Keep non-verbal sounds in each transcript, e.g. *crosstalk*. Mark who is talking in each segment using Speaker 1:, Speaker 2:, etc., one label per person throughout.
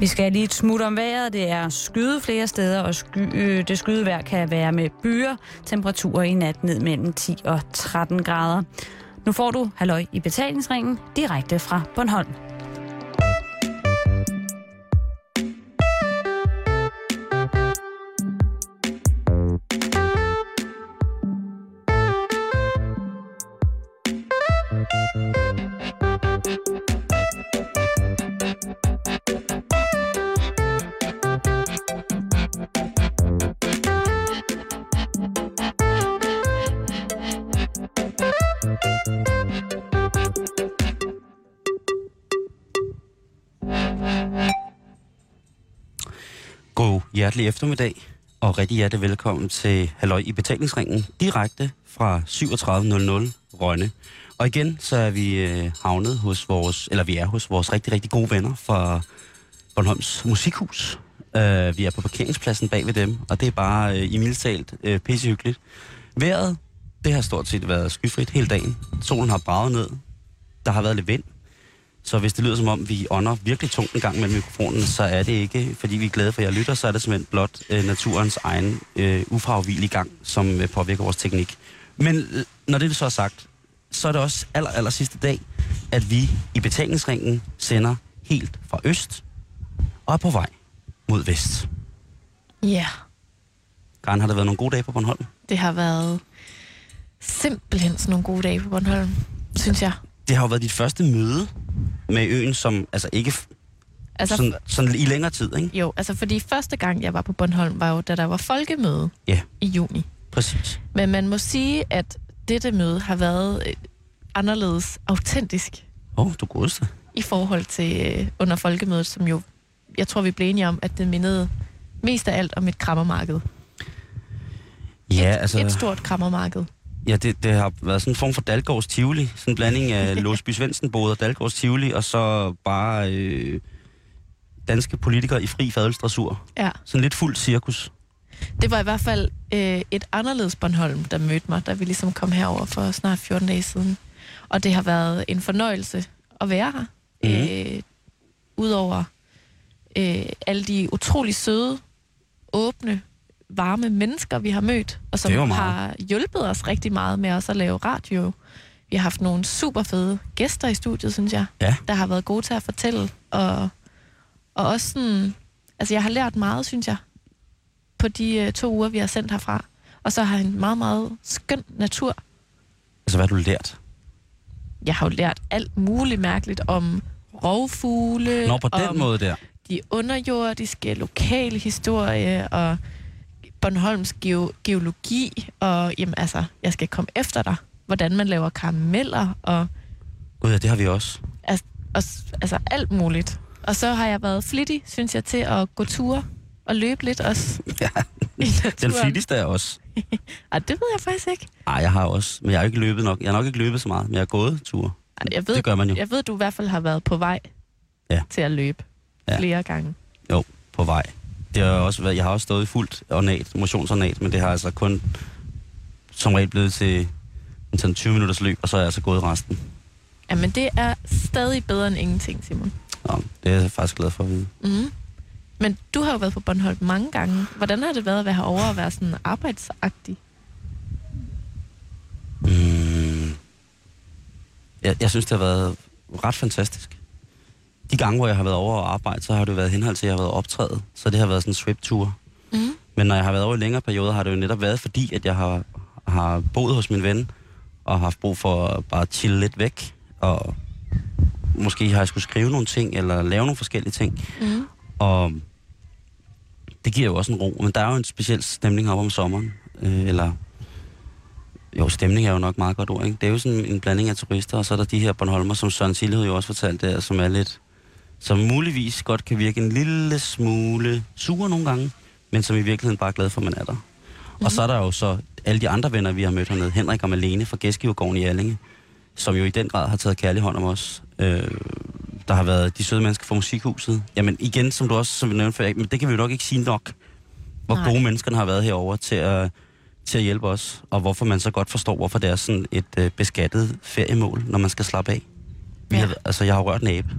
Speaker 1: Vi skal lige et smut om vejret. Det er skyde flere steder, og sky, øh, det skydevejr kan være med byer. Temperaturer i nat ned mellem 10 og 13 grader. Nu får du halløj i betalingsringen direkte fra Bornholm.
Speaker 2: God hjertelig eftermiddag, og rigtig hjertelig velkommen til Halløj i betalingsringen, direkte fra 37.00 Rønne. Og igen, så er vi øh, havnet hos vores, eller vi er hos vores rigtig, rigtig gode venner fra Bornholms Musikhus. Øh, vi er på parkeringspladsen bag ved dem, og det er bare øh, i mildtalt øh, pissehyggeligt. Vejret, det har stort set været skyfrit hele dagen. Solen har braget ned. Der har været lidt vind. Så hvis det lyder som om, vi ånder virkelig tungt en gang med mikrofonen, så er det ikke, fordi vi er glade for, at jeg lytter, så er det simpelthen blot øh, naturens egen øh, ufravigelige gang, som øh, påvirker vores teknik. Men øh, når det så er sagt, så er det også aller, aller sidste dag, at vi i betalingsringen sender helt fra øst og er på vej mod vest.
Speaker 3: Ja, yeah.
Speaker 2: Karen, har der været nogle gode dage på Bornholm?
Speaker 3: det har været simpelthen sådan nogle gode dage på Bornholm, synes jeg.
Speaker 2: Det har jo været dit første møde med øen, som altså ikke f-
Speaker 3: Altså,
Speaker 2: sådan, sådan i længere tid, ikke?
Speaker 3: Jo, altså fordi første gang, jeg var på Bornholm, var jo, da der var folkemøde
Speaker 2: Ja,
Speaker 3: i juni.
Speaker 2: præcis.
Speaker 3: Men man må sige, at dette møde har været øh, anderledes autentisk
Speaker 2: Åh, oh, du godeste.
Speaker 3: i forhold til øh, under folkemødet, som jo, jeg tror, vi blev enige om, at det mindede mest af alt om et krammermarked.
Speaker 2: Ja, altså...
Speaker 3: Et stort krammermarked.
Speaker 2: Ja, det, det har været sådan en form for Dalgårds Tivoli. Sådan en blanding *laughs* af Låsby svendsen og Dalgårds Tivoli, og så bare øh, danske politikere i fri fadelsdrasur.
Speaker 3: Ja.
Speaker 2: Sådan lidt fuld cirkus.
Speaker 3: Det var i hvert fald øh, et anderledes Bornholm, der mødte mig, da vi ligesom kom herover for snart 14 dage siden. Og det har været en fornøjelse at være her.
Speaker 2: Mhm.
Speaker 3: Mm. Øh, Udover øh, alle de utrolig søde, åbne, varme mennesker, vi har mødt, og
Speaker 2: Det er jo
Speaker 3: som
Speaker 2: meget.
Speaker 3: har hjulpet os rigtig meget med også at lave radio. Vi har haft nogle super fede gæster i studiet, synes jeg,
Speaker 2: Ja.
Speaker 3: der har været gode til at fortælle. Og, og også sådan, altså jeg har lært meget, synes jeg, på de øh, to uger, vi har sendt herfra. Og så har jeg en meget, meget skøn natur.
Speaker 2: Altså, hvad har du lært?
Speaker 3: Jeg har jo lært alt muligt mærkeligt om rovfugle,
Speaker 2: Nå, på
Speaker 3: om
Speaker 2: den måde der.
Speaker 3: de underjordiske lokale historie, og Bornholms geo- geologi, og jamen altså, jeg skal komme efter dig, hvordan man laver karameller, og
Speaker 2: Gud, ja, det har vi også.
Speaker 3: altså, og, s- altså alt muligt. Og så har jeg været flittig, synes jeg, til at gå ture og løbe lidt også
Speaker 2: Ja,
Speaker 3: *laughs* i
Speaker 2: den
Speaker 3: naturen.
Speaker 2: flittigste er også.
Speaker 3: Ej, det ved jeg faktisk ikke.
Speaker 2: Ej, jeg har også. Men jeg har ikke løbet nok. Jeg har nok ikke løbet så meget, men jeg har gået ture.
Speaker 3: Ej, Jeg ved,
Speaker 2: Det gør man jo.
Speaker 3: Jeg ved, du i hvert fald har været på vej
Speaker 2: Ja.
Speaker 3: til at løbe
Speaker 2: Ja.
Speaker 3: ja. flere gange.
Speaker 2: Jo, på vej. Det har også været, jeg har også stået i fuldt ornat, motionsornat, men det har altså kun som regel blevet til en sådan 20 minutters løb, og så er jeg altså gået resten.
Speaker 3: Jamen, det er stadig bedre end ingenting, Simon.
Speaker 2: Nå, det er jeg faktisk glad for at vide.
Speaker 3: Mm. Men du har jo været på Bornholm mange gange. Hvordan har det været at være herovre og være sådan arbejdsagtig?
Speaker 2: Mm. Jeg, jeg synes, det har været ret fantastisk. De gange, hvor jeg har været over og arbejde, så har det jo været i henhold til, at jeg har været optrædet. Så det har været sådan en swip-tur.
Speaker 3: Mm.
Speaker 2: Men når jeg har været over i længere perioder, har det jo netop været fordi, at jeg har, har boet hos min ven, og haft brug for at bare chille lidt væk, og måske har jeg skulle skrive nogle ting, eller lave nogle forskellige ting.
Speaker 3: Mm.
Speaker 2: Og det giver jo også en ro, men der er jo en speciel stemning op om sommeren. Øh, eller jo, stemning er jo nok meget godt ord, ikke? Det er jo sådan en blanding af turister, og så er der de her Bornholmer, som Søren Silhed jo også fortalte der, som er lidt som muligvis godt kan virke en lille smule sure nogle gange, men som i virkeligheden bare er glad for, at man er der. Mm-hmm. Og så er der jo så alle de andre venner, vi har mødt hernede. Henrik og Malene fra Gæstgivergården i Allinge, som jo i den grad har taget kærlig hånd om os. Øh, der har været de søde mennesker fra Musikhuset. Jamen igen, som du også som vi nævnte før, men det kan vi jo nok ikke sige nok, hvor
Speaker 3: Nej.
Speaker 2: Nej. gode menneskerne har været herover til at, til at hjælpe os, og hvorfor man så godt forstår, hvorfor det er sådan et øh, beskattet feriemål, når man skal slappe af. Vi
Speaker 3: Ja.
Speaker 2: har, altså, jeg har rørt en æble.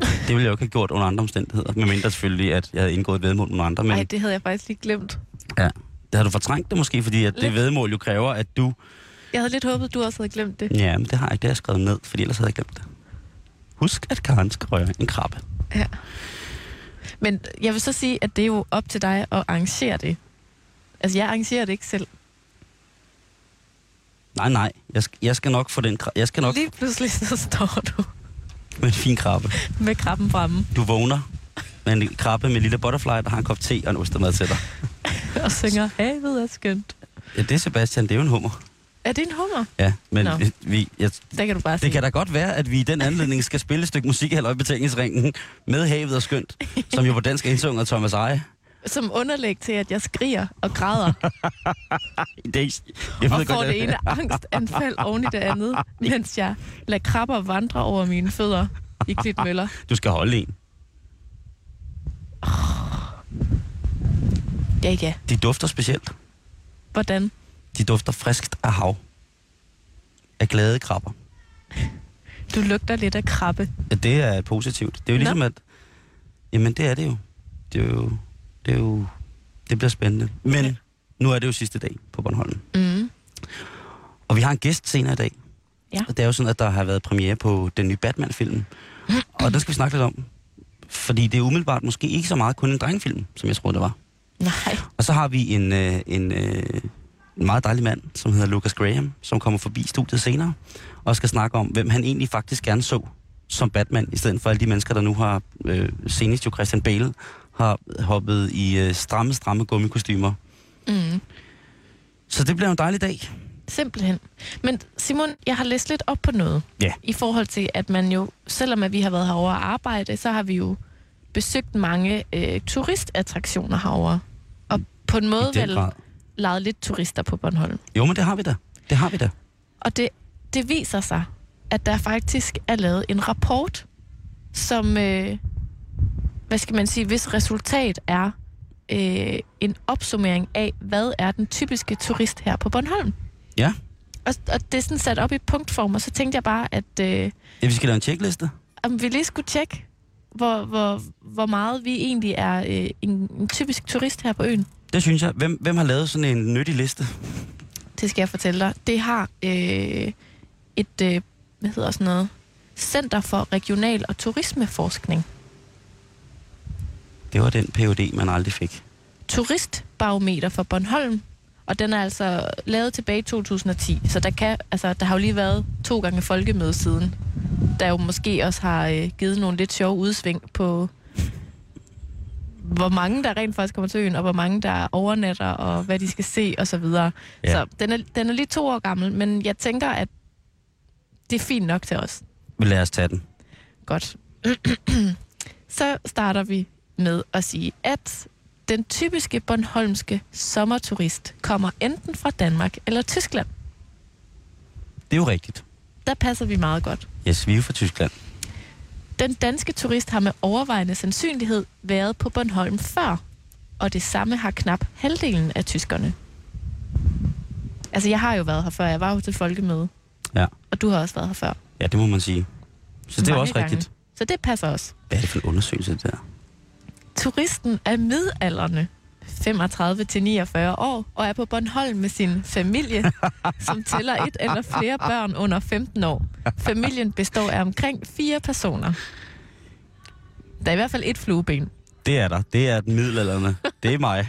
Speaker 2: Det ville jeg jo ikke have gjort under andre omstændigheder. Medmindre selvfølgelig, at jeg havde indgået et vedmål med nogle andre. Men
Speaker 3: Nej, det havde jeg faktisk lige glemt.
Speaker 2: det har du fortrængt det måske, fordi at det
Speaker 3: Lidt.
Speaker 2: vedmål jo kræver, at du...
Speaker 3: Jeg havde lidt håbet, du også havde glemt det.
Speaker 2: Ja, men det har jeg, det har jeg skrevet ned, fordi ellers havde jeg glemt det. Husk, at Karen skal røre en krabbe.
Speaker 3: Men jeg vil så sige, at det er jo op til dig at arrangere det. Altså, jeg arrangerer det ikke selv.
Speaker 2: Nej, nej. Jeg skal, jeg skal nok få den krabbe. Jeg skal nok
Speaker 3: Lige pludselig så står du
Speaker 2: med en fin krabbe.
Speaker 3: med krabben fremme
Speaker 2: Du vågner med en krabbe med en lille butterfly, der har en kop te og en ostemad til dig.
Speaker 3: og synger, havet er skønt.
Speaker 2: Ja, det er Sebastian, det er jo en hummer.
Speaker 3: Er det en hummer?
Speaker 2: Ja, men
Speaker 3: Nå.
Speaker 2: vi, vi, jeg,
Speaker 3: Der kan du bare sige.
Speaker 2: det kan da godt være, at vi i den anledning skal spille et stykke musik i betalingsringen med Havet og Skønt, som jo på dansk er indsunget af Thomas Eje.
Speaker 3: Som underlæg til, at jeg skriger og *laughs* græder
Speaker 2: Det, er ikke- jeg
Speaker 3: og får
Speaker 2: at-
Speaker 3: det ene angstanfald oven i det *laughs* andet, mens jeg lader krabber vandre over mine fødder i klitmøller.
Speaker 2: Du skal holde en.
Speaker 3: *laughs* Ja, ja.
Speaker 2: De dufter specielt.
Speaker 3: Hvordan?
Speaker 2: De dufter friskt af hav. Af glade krabber.
Speaker 3: Du lugter lidt af krabbe.
Speaker 2: Ja, det er positivt. Det er jo
Speaker 3: Nå.
Speaker 2: ligesom, at... Jamen, det er det jo. Det er jo... Det, er jo, det bliver spændende. Men nu er det jo sidste dag på Bornholm.
Speaker 3: Mm.
Speaker 2: Og vi har en gæst senere i dag.
Speaker 3: Ja.
Speaker 2: Og det er jo sådan, at der har været premiere på den nye Batman-film. Og den skal vi snakke lidt om. Fordi det er umiddelbart måske ikke så meget kun en drengefilm, som jeg troede, det var.
Speaker 3: Nej.
Speaker 2: Og så har vi en, øh, en, øh, en meget dejlig mand, som hedder Lucas Graham, som kommer forbi studiet senere og skal snakke om, hvem han egentlig faktisk gerne så som Batman, i stedet for alle de mennesker, der nu har, øh, senest jo Christian Bale, har hoppet i øh, stramme, stramme gummikostymer.
Speaker 3: Mm.
Speaker 2: Så det bliver en dejlig dag.
Speaker 3: Simpelthen. Men Simon, jeg har læst lidt op på noget.
Speaker 2: Ja.
Speaker 3: I forhold til, at man jo, selvom at vi har været herovre og arbejde, så har vi jo besøgt mange øh, turistattraktioner herovre. Og på en måde
Speaker 2: I den
Speaker 3: vel
Speaker 2: grad.
Speaker 3: lejet lidt turister på Bornholm.
Speaker 2: Jo, men det har vi da. Det har vi da.
Speaker 3: Og det, det viser sig, at der faktisk er lavet en rapport, som, øh, hvad skal man sige, hvis resultat er øh, en opsummering af, hvad er den typiske turist her på Bornholm.
Speaker 2: Ja.
Speaker 3: Og, og det er sådan sat op i punktform, og så tænkte jeg bare, at øh,
Speaker 2: ja vi skal lave en checkliste.
Speaker 3: om vi lige skulle tjekke, hvor, hvor, hvor meget vi egentlig er øh, en, en typisk turist her på øen.
Speaker 2: Det synes jeg. Hvem, hvem har lavet sådan en nyttig liste?
Speaker 3: Det skal jeg fortælle dig. Det har øh, et, øh, hvad hedder sådan noget, Center for Regional og Turismeforskning.
Speaker 2: Det var den POD, man aldrig fik.
Speaker 3: Turistbarometer for Bornholm. Og den er altså lavet tilbage i 2010, så der, kan, altså, der har jo lige været to gange folkemøde siden, der jo måske også har øh, givet nogle lidt sjove udsving på, hvor mange der rent faktisk kommer til øen, og hvor mange der overnatter, og hvad de skal se, og så videre.
Speaker 2: Ja.
Speaker 3: Ja. Så den er, den er lige to år gammel, men jeg tænker, at det er fint nok til os.
Speaker 2: Men lad os tage den.
Speaker 3: Godt. *clears throat* så starter vi med at sige, at den typiske Bornholmske sommerturist kommer enten fra Danmark eller Tyskland.
Speaker 2: Det er jo rigtigt.
Speaker 3: Der passer vi meget godt.
Speaker 2: Yes, vi er jo fra Tyskland.
Speaker 3: Den danske turist har med overvejende sandsynlighed været på Bornholm før, og det samme har knap halvdelen af tyskerne. Altså, jeg har jo været her før. Jeg var jo til folkemøde.
Speaker 2: Ja.
Speaker 3: Og du har også været her før.
Speaker 2: Ja, det må man sige. Så det er
Speaker 3: Mange
Speaker 2: også
Speaker 3: gange.
Speaker 2: rigtigt.
Speaker 3: Så det passer også.
Speaker 2: Hvad er det for en undersøgelse, det der?
Speaker 3: Turisten er midalderne, 35-49 år, og er på Bornholm med sin
Speaker 2: *laughs*
Speaker 3: familie, som tæller et eller flere børn under 15 år. Familien består af omkring fire personer. Der er i hvert fald et flueben.
Speaker 2: Det er der. Det er den middelalderne. Det er mig.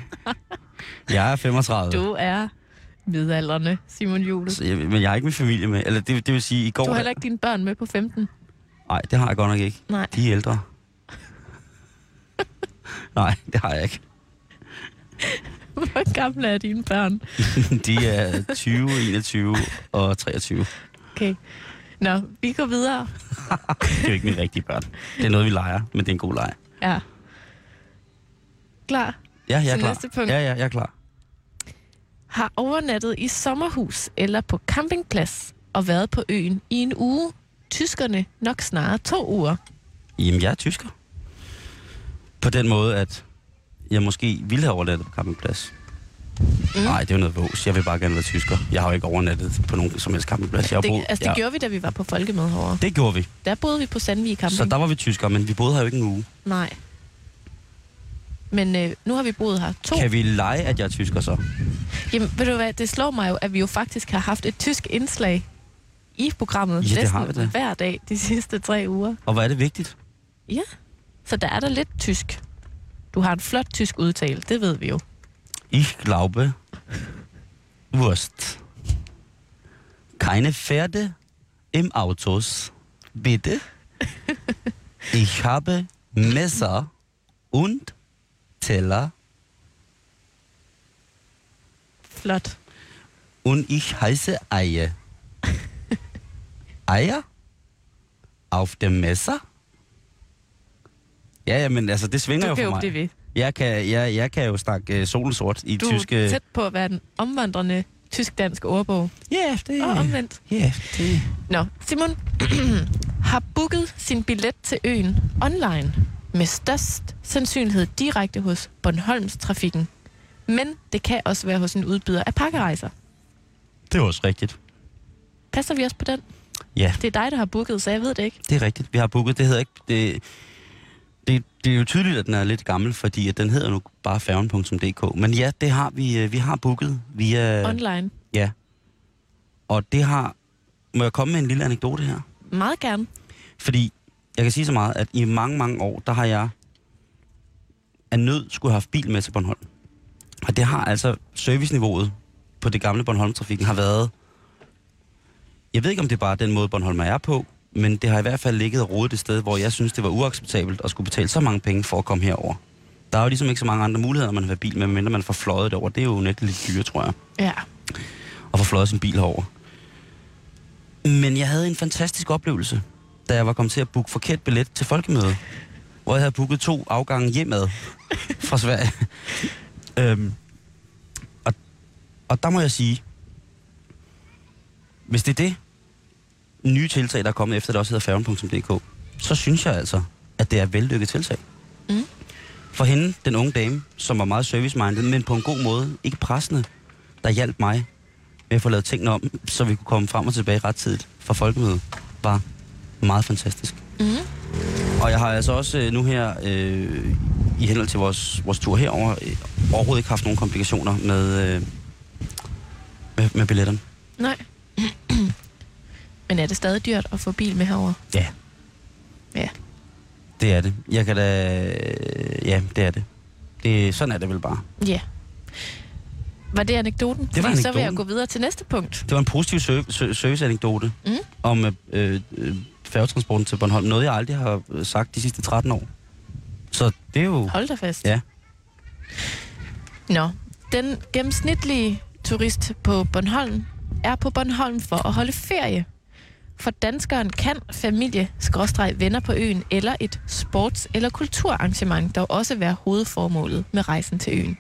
Speaker 3: *laughs*
Speaker 2: Jeg er 35.
Speaker 3: Du er midalderne, Simon Jules.
Speaker 2: Så jeg, men jeg har ikke min familie med. Eller det, det vil sige, i går...
Speaker 3: Du har heller ikke dine børn med på 15.
Speaker 2: Nej, det har jeg godt nok ikke.
Speaker 3: Nej.
Speaker 2: De er ældre. Nej, det har jeg ikke.
Speaker 3: *laughs* Hvor gamle er dine børn?
Speaker 2: De er 20, 21 og 23. Det
Speaker 3: Okay. Nå, vi går videre.
Speaker 2: *laughs* er jo ikke mine rigtige børn. Det er noget, vi leger, men det er en god leg.
Speaker 3: Ja. Klar.
Speaker 2: Ja, jeg er
Speaker 3: Til
Speaker 2: klar.
Speaker 3: næste punkt.
Speaker 2: Ja, ja, jeg er klar.
Speaker 3: har overnattet i sommerhus eller på campingplads og været på øen i en uge. Tyskerne nok snarere to uger.
Speaker 2: Jamen, jeg er tysker. På den måde, at jeg måske ville have overlevet på campingplads.
Speaker 3: Mm.
Speaker 2: Nej, det er jo noget vås. Jeg vil bare gerne være tysker. Jeg har jo ikke overnattet på nogen som helst campingplads. Jeg har
Speaker 3: Det,
Speaker 2: boet-
Speaker 3: altså, det
Speaker 2: ja.
Speaker 3: gjorde vi, da vi var på folkemøde herovre.
Speaker 2: det gjorde vi.
Speaker 3: Der boede vi på Sandvig Camping.
Speaker 2: Så der var vi tyskere, men vi boede her jo ikke en uge.
Speaker 3: Nej. Men øh, nu har vi boet her to.
Speaker 2: Kan vi lege, at jeg er tysker så?
Speaker 3: Jamen, ved du hvad, det slår mig jo, at vi jo faktisk har haft et tysk indslag i programmet
Speaker 2: Ja, det
Speaker 3: næsten
Speaker 2: har vi da.
Speaker 3: hver dag de *laughs* sidste tre uger.
Speaker 2: Og hvor er det vigtigt?
Speaker 3: Ja, så der er der lidt tysk. Du har en flot tysk udtale, det ved vi jo.
Speaker 2: Ich glaube, Wurst. Keine Pferde im Autos,
Speaker 3: *laughs*
Speaker 2: bitte. Ich habe Messer und Teller
Speaker 3: Flot.
Speaker 2: und ich heiße
Speaker 3: *laughs*
Speaker 2: Eier. Eier? Auf dem Messer? Ja, ja, men altså, det svinger
Speaker 3: Du
Speaker 2: jo
Speaker 3: kan
Speaker 2: for
Speaker 3: jo
Speaker 2: mig.
Speaker 3: blive ved.
Speaker 2: Jeg kan, jeg, jeg kan jo snakke øh, solen sort i
Speaker 3: Du
Speaker 2: tyske...
Speaker 3: er tæt på at være den omvandrende tysk-dansk ordbog.
Speaker 2: Ja, det...
Speaker 3: Og omvendt.
Speaker 2: Ja, det...
Speaker 3: Nå, Simon *clears throat* har booket sin billet til øen online med størst sandsynlighed direkte hos Bornholms Trafikken. Men det kan også være hos en udbyder af pakkerejser.
Speaker 2: Det er også rigtigt.
Speaker 3: Passer vi også på den?
Speaker 2: Ja,
Speaker 3: Det er dig, der har booket, så jeg ved det ikke.
Speaker 2: det er rigtigt. Vi har booket. Det hedder ikke... Det, det, det er jo tydeligt, at den er lidt gammel, fordi at den hedder nu bare færgen.dk. Men ja, det har vi, øh, vi har booket via...
Speaker 3: Online.
Speaker 2: Ja. Og det har... Må jeg komme med en lille anekdote her?
Speaker 3: Meget gerne.
Speaker 2: Fordi jeg kan sige så meget, at i mange, mange år, der har jeg af nød skulle have haft bil med til Bornholm. Og det har altså serviceniveauet på det gamle Bornholm-trafikken har været... Jeg ved ikke, om det er bare den måde, Bornholm er på, men det har i hvert fald ligget og rodet et sted, hvor jeg synes, det var uacceptabelt at skulle betale så mange penge for at komme herover. Der er jo ligesom ikke så mange andre muligheder, når man har været bil, med, medmindre man får fløjet det over. Det er jo nægteligt lidt dyre, tror jeg
Speaker 3: Ja.
Speaker 2: og få fløjet sin bil herover. Men jeg havde en fantastisk oplevelse, da jeg var kommet til at booke forkert billet til folkemødet, hvor jeg havde booket to afgange hjemad fra Sverige. øhm, og, og der må jeg sige, hvis det er det nye tiltag, der er kommet efter, det også hedder færgen.dk, så synes jeg altså, at det er et vellykket tiltag.
Speaker 3: Mm.
Speaker 2: For hende, den unge dame, som var meget service-minded, men på en god måde, ikke pressende, der hjalp mig med at få lavet tingene om, så vi kunne komme frem og tilbage ret tidligt fra folkemødet, var meget fantastisk.
Speaker 3: Mm.
Speaker 2: Og jeg har altså også øh, nu her, øh, i henhold til vores, vores tur herover øh, overhovedet ikke haft nogen komplikationer med, øh, med, med billetterne.
Speaker 3: Nej. *clears throat* Men er det stadig dyrt at få bil med herover?
Speaker 2: Ja.
Speaker 3: Ja.
Speaker 2: Det er det. Jeg kan da... øh, Ja, det er det. det. Sådan er det vel bare.
Speaker 3: Ja. Var det anekdoten?
Speaker 2: var
Speaker 3: Fordi Så vil jeg
Speaker 2: anekdoten.
Speaker 3: gå videre til næste punkt.
Speaker 2: Det var en positiv serv- ser- serviceanekdote
Speaker 3: Mm.
Speaker 2: om øh, øh, øh, færgetransporten til Bornholm. Noget, jeg aldrig har øh, sagt de sidste 13 år. Så det er jo...
Speaker 3: Hold da fast.
Speaker 2: Ja.
Speaker 3: Nå, den gennemsnitlige turist på Bornholm er på Bornholm for at holde ferie. For danskeren kan familie skråstreg venner på øen eller et sports- eller kulturarrangement dog også være hovedformålet med rejsen til øen.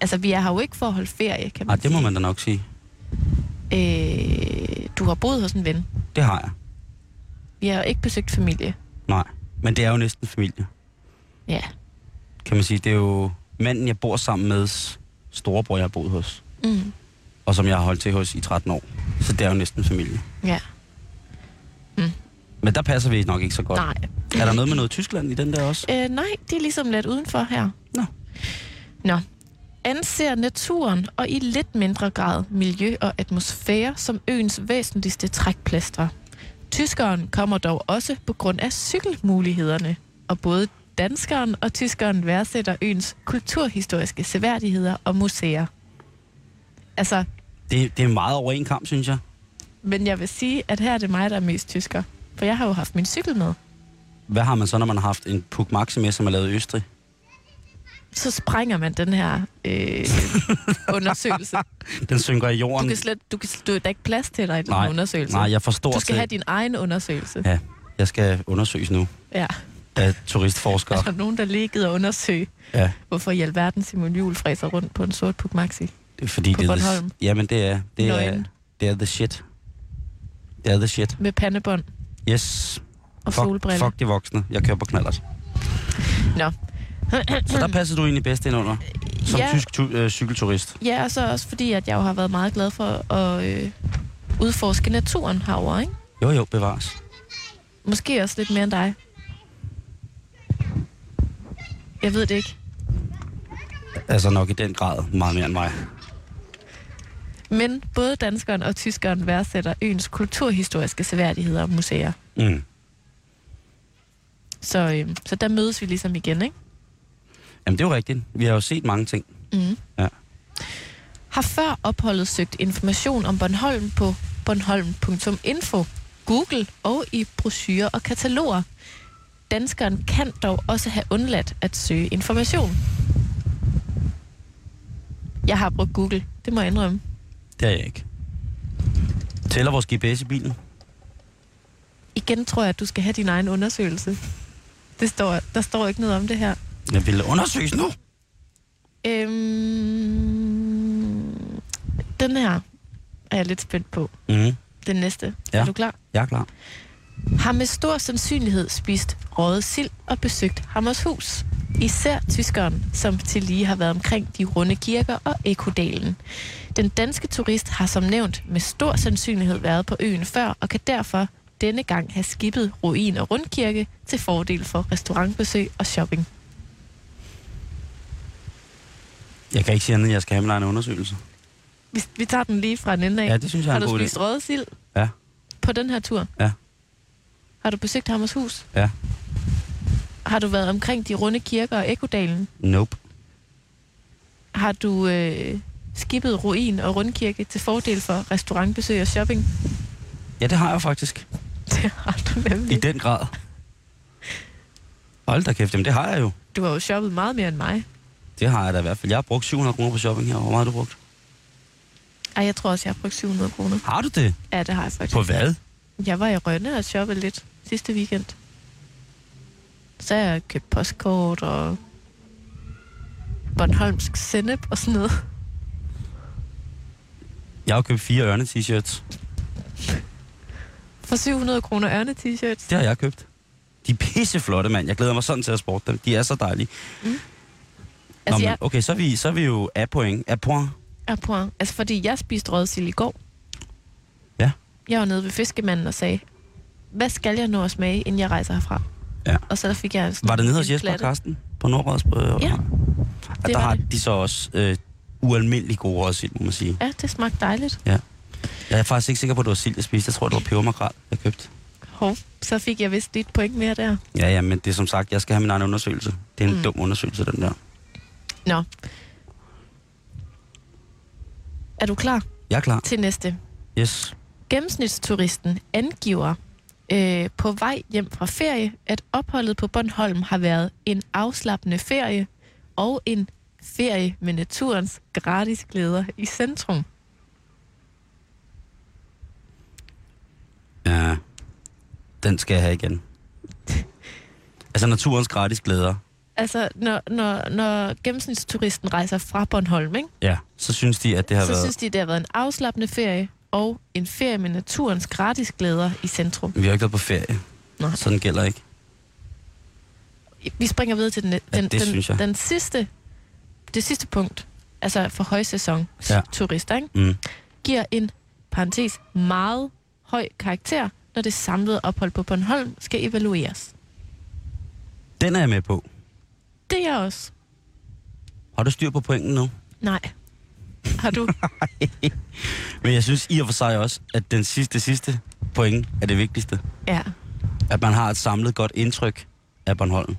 Speaker 3: Altså, vi er her jo ikke for at holde ferie, kan man
Speaker 2: Ej, Ah, det må man da nok sige.
Speaker 3: sige. Øh, du har boet hos en ven.
Speaker 2: Det har jeg.
Speaker 3: Vi har jo ikke besøgt familie.
Speaker 2: Nej, men det er jo næsten familie,
Speaker 3: Ja.
Speaker 2: kan man sige. Det er jo manden, jeg bor sammen med, storebror, jeg har boet hos,
Speaker 3: Mm.
Speaker 2: og som jeg har holdt til hos i 13 år. Så det er jo næsten familie.
Speaker 3: Ja.
Speaker 2: Men der passer vi nok ikke så godt.
Speaker 3: Nej.
Speaker 2: Er der noget med noget Tyskland i den der også?
Speaker 3: Øh, nej, det er ligesom lidt udenfor her.
Speaker 2: Nå.
Speaker 3: Nå. Anser naturen og i lidt mindre grad miljø og atmosfære som øens væsentligste trækplaster. Tyskeren kommer dog også på grund af cykelmulighederne, og både danskeren og tyskeren værdsætter øens kulturhistoriske seværdigheder og museer. Altså,
Speaker 2: Det, det er meget over en kamp, synes jeg.
Speaker 3: men jeg vil sige, at her er det mig, der er mest tysker. For jeg har jo haft min cykel med.
Speaker 2: Hvad har man så, når man har haft en Puk Maxi med, som er lavet i Østrig?
Speaker 3: Så sprænger man den her
Speaker 2: *laughs*
Speaker 3: øh, undersøgelse.
Speaker 2: Den synker i
Speaker 3: Du
Speaker 2: jorden.
Speaker 3: kan slet, du kan, du, der er ikke plads til dig i den
Speaker 2: Nej,
Speaker 3: undersøgelse.
Speaker 2: Nej, jeg forstår
Speaker 3: du skal
Speaker 2: til...
Speaker 3: have din egen undersøgelse.
Speaker 2: Ja, jeg skal undersøges nu
Speaker 3: Ja.
Speaker 2: af
Speaker 3: Er
Speaker 2: turistforskere.
Speaker 3: der nogen, der lige gider undersøge,
Speaker 2: Ja,
Speaker 3: hvorfor i alverden Simon Juhl fræser rundt på en sort Puk Maxi?
Speaker 2: det er fordi
Speaker 3: På
Speaker 2: det er...
Speaker 3: Bornholm.
Speaker 2: Jamen, det er... Det er,
Speaker 3: Nøgen.
Speaker 2: det er the shit. Det er the shit.
Speaker 3: Med pandebånd
Speaker 2: Yes.
Speaker 3: og
Speaker 2: fuck,
Speaker 3: solbriller.
Speaker 2: Fuck de voksne. Jeg kører på knallert.
Speaker 3: Nå.
Speaker 2: Så der passede du egentlig bedst ind under, som
Speaker 3: Mm. Ja.
Speaker 2: tysk tu- øh, cykelturist.
Speaker 3: Ja, og så også fordi, at jeg jo har været meget glad for at øh, udforske naturen herovre, ikke?
Speaker 2: Jo, jo, bevares.
Speaker 3: Måske også lidt mere end dig. Jeg ved det ikke.
Speaker 2: Altså nok i den grad meget mere end mig.
Speaker 3: Men både danskeren og tyskeren værdsætter øens kulturhistoriske seværdigheder og museer.
Speaker 2: Mm.
Speaker 3: Så, øh, så der mødes vi ligesom igen, ikke?
Speaker 2: Jamen, det er jo rigtigt. Vi har jo set mange ting.
Speaker 3: Mm.
Speaker 2: Ja.
Speaker 3: Har før opholdet søgt information om Bornholm på bornholm.info, Google og i brochurer og kataloger. Danskeren kan dog også have undladt at søge information. Jeg har brugt Google, det må jeg indrømme.
Speaker 2: Det er jeg ikke. Tæller vores GPS i bilen?
Speaker 3: Igen tror jeg, at du skal have din egen undersøgelse. Det står, der står ikke noget om det her.
Speaker 2: Jeg vil undersøges nu.
Speaker 3: Øhm, den her er jeg lidt spændt på.
Speaker 2: Mm.
Speaker 3: Den næste.
Speaker 2: Ja.
Speaker 3: Er du klar?
Speaker 2: Jeg er klar.
Speaker 3: har med stor sandsynlighed spist røget sild og besøgt Hammershus. Især tyskeren, som tillige har været omkring de runde kirker og Ekodalen. Den danske turist har som nævnt med stor sandsynlighed været på øen før, og kan derfor denne gang have skippet ruin og rundkirke til fordel for restaurantbesøg og shopping.
Speaker 2: Jeg kan ikke sige andet, end jeg skal have min egen undersøgelse.
Speaker 3: Vi, vi tager den lige fra den ende af.
Speaker 2: Ja, det synes jeg er
Speaker 3: har
Speaker 2: en
Speaker 3: du
Speaker 2: god
Speaker 3: spist
Speaker 2: idé.
Speaker 3: røget sild
Speaker 2: Ja,
Speaker 3: på den her tur?
Speaker 2: Ja.
Speaker 3: Har du besøgt Hammershus?
Speaker 2: ja.
Speaker 3: Har du været omkring de runde kirker og Ekodalen?
Speaker 2: Nope.
Speaker 3: Har du øh, skibet ruin og rundkirke til fordel for restaurantbesøg og shopping? *laughs*
Speaker 2: Ja, det har jeg faktisk.
Speaker 3: Det har du
Speaker 2: I
Speaker 3: nemlig.
Speaker 2: den grad. Hold da kæft, jamen det har jeg jo.
Speaker 3: Du har jo shoppet meget mere end mig.
Speaker 2: Det har jeg da i hvert fald. Jeg har brugt 700 kroner på shopping her. Hvor meget har du brugt?
Speaker 3: Ej, jeg tror også, jeg har brugt 700 kroner.
Speaker 2: Har du det?
Speaker 3: Ja, det har jeg faktisk.
Speaker 2: På hvad?
Speaker 3: Jeg var i Rønne og shoppede lidt sidste weekend. Så har jeg købt postkort og Bornholmsk sennep og sådan noget.
Speaker 2: Jeg har købt fire ørne t-shirts.
Speaker 3: For 700 kroner ørne t-shirts.
Speaker 2: Det har jeg købt. De er pisseflotte, mand. Jeg glæder mig sådan til at sporte dem. De er så dejlige.
Speaker 3: Altså,
Speaker 2: Nå,
Speaker 3: jeg,
Speaker 2: men, okay, så er, vi, så er vi jo af point. Af point.
Speaker 3: Ah, point. altså, fordi jeg spiste rødsild i går.
Speaker 2: Ja.
Speaker 3: Jeg var nede ved fiskemanden og sagde, hvad skal jeg nå at smage, inden jeg rejser herfra?
Speaker 2: Ja.
Speaker 3: Og så fik jeg sådan
Speaker 2: Var det nede hos
Speaker 3: en
Speaker 2: Jesper og
Speaker 3: platte.
Speaker 2: Karsten på Nordreds? Ja,
Speaker 3: Ja,
Speaker 2: det
Speaker 3: var
Speaker 2: Der har
Speaker 3: det.
Speaker 2: de så også øh, ualmindelig gode rødsild, må man sige.
Speaker 3: Ja, det smagte dejligt.
Speaker 2: Jeg er faktisk ikke sikker på, at det var sild, jeg spiste. Jeg tror, det var pebermakrel, jeg købte.
Speaker 3: Hov, så fik jeg vist lidt point mere der.
Speaker 2: Ja, ja, men det er som sagt, jeg skal have min egen undersøgelse. Det er en
Speaker 3: Mm.
Speaker 2: mm. dum undersøgelse, den der.
Speaker 3: Nå. Er du klar
Speaker 2: Jeg er klar.
Speaker 3: til næste?
Speaker 2: Yes.
Speaker 3: Gennemsnitsturisten angiver øh, på vej hjem fra ferie, at opholdet på Bornholm har været en afslappende ferie og en ferie med naturens gratis glæder i centrum.
Speaker 2: Ja. Den skal jeg have
Speaker 3: *laughs*
Speaker 2: igen. altså naturens gratis glæder.
Speaker 3: Altså, når, når, når gennemsnitsturisten rejser fra Bornholm, ikke,
Speaker 2: Ja. Så synes de, at det har
Speaker 3: så
Speaker 2: været...
Speaker 3: synes de, det har været en afslappende ferie og en ferie med naturens gratis glæder i centrum.
Speaker 2: Vi har ikke været på ferie.
Speaker 3: Nå.
Speaker 2: Så den gælder ikke.
Speaker 3: Vi springer videre til den, den,
Speaker 2: Ja, det synes
Speaker 3: den,
Speaker 2: jeg.
Speaker 3: den sidste, det sidste punkt, altså for højsæson
Speaker 2: Ja.
Speaker 3: turister, ikke,
Speaker 2: Mm.
Speaker 3: giver en parentes meget høj karakter, når det samlede ophold på Bornholm skal evalueres.
Speaker 2: Den er jeg med på.
Speaker 3: Det er jeg også.
Speaker 2: Har du styr på pointen nu?
Speaker 3: Nej. Har
Speaker 2: *laughs*
Speaker 3: du?
Speaker 2: Men jeg synes i og for sig også, at den sidste, sidste point er det vigtigste.
Speaker 3: ja.
Speaker 2: At man har et samlet godt indtryk af Bornholm.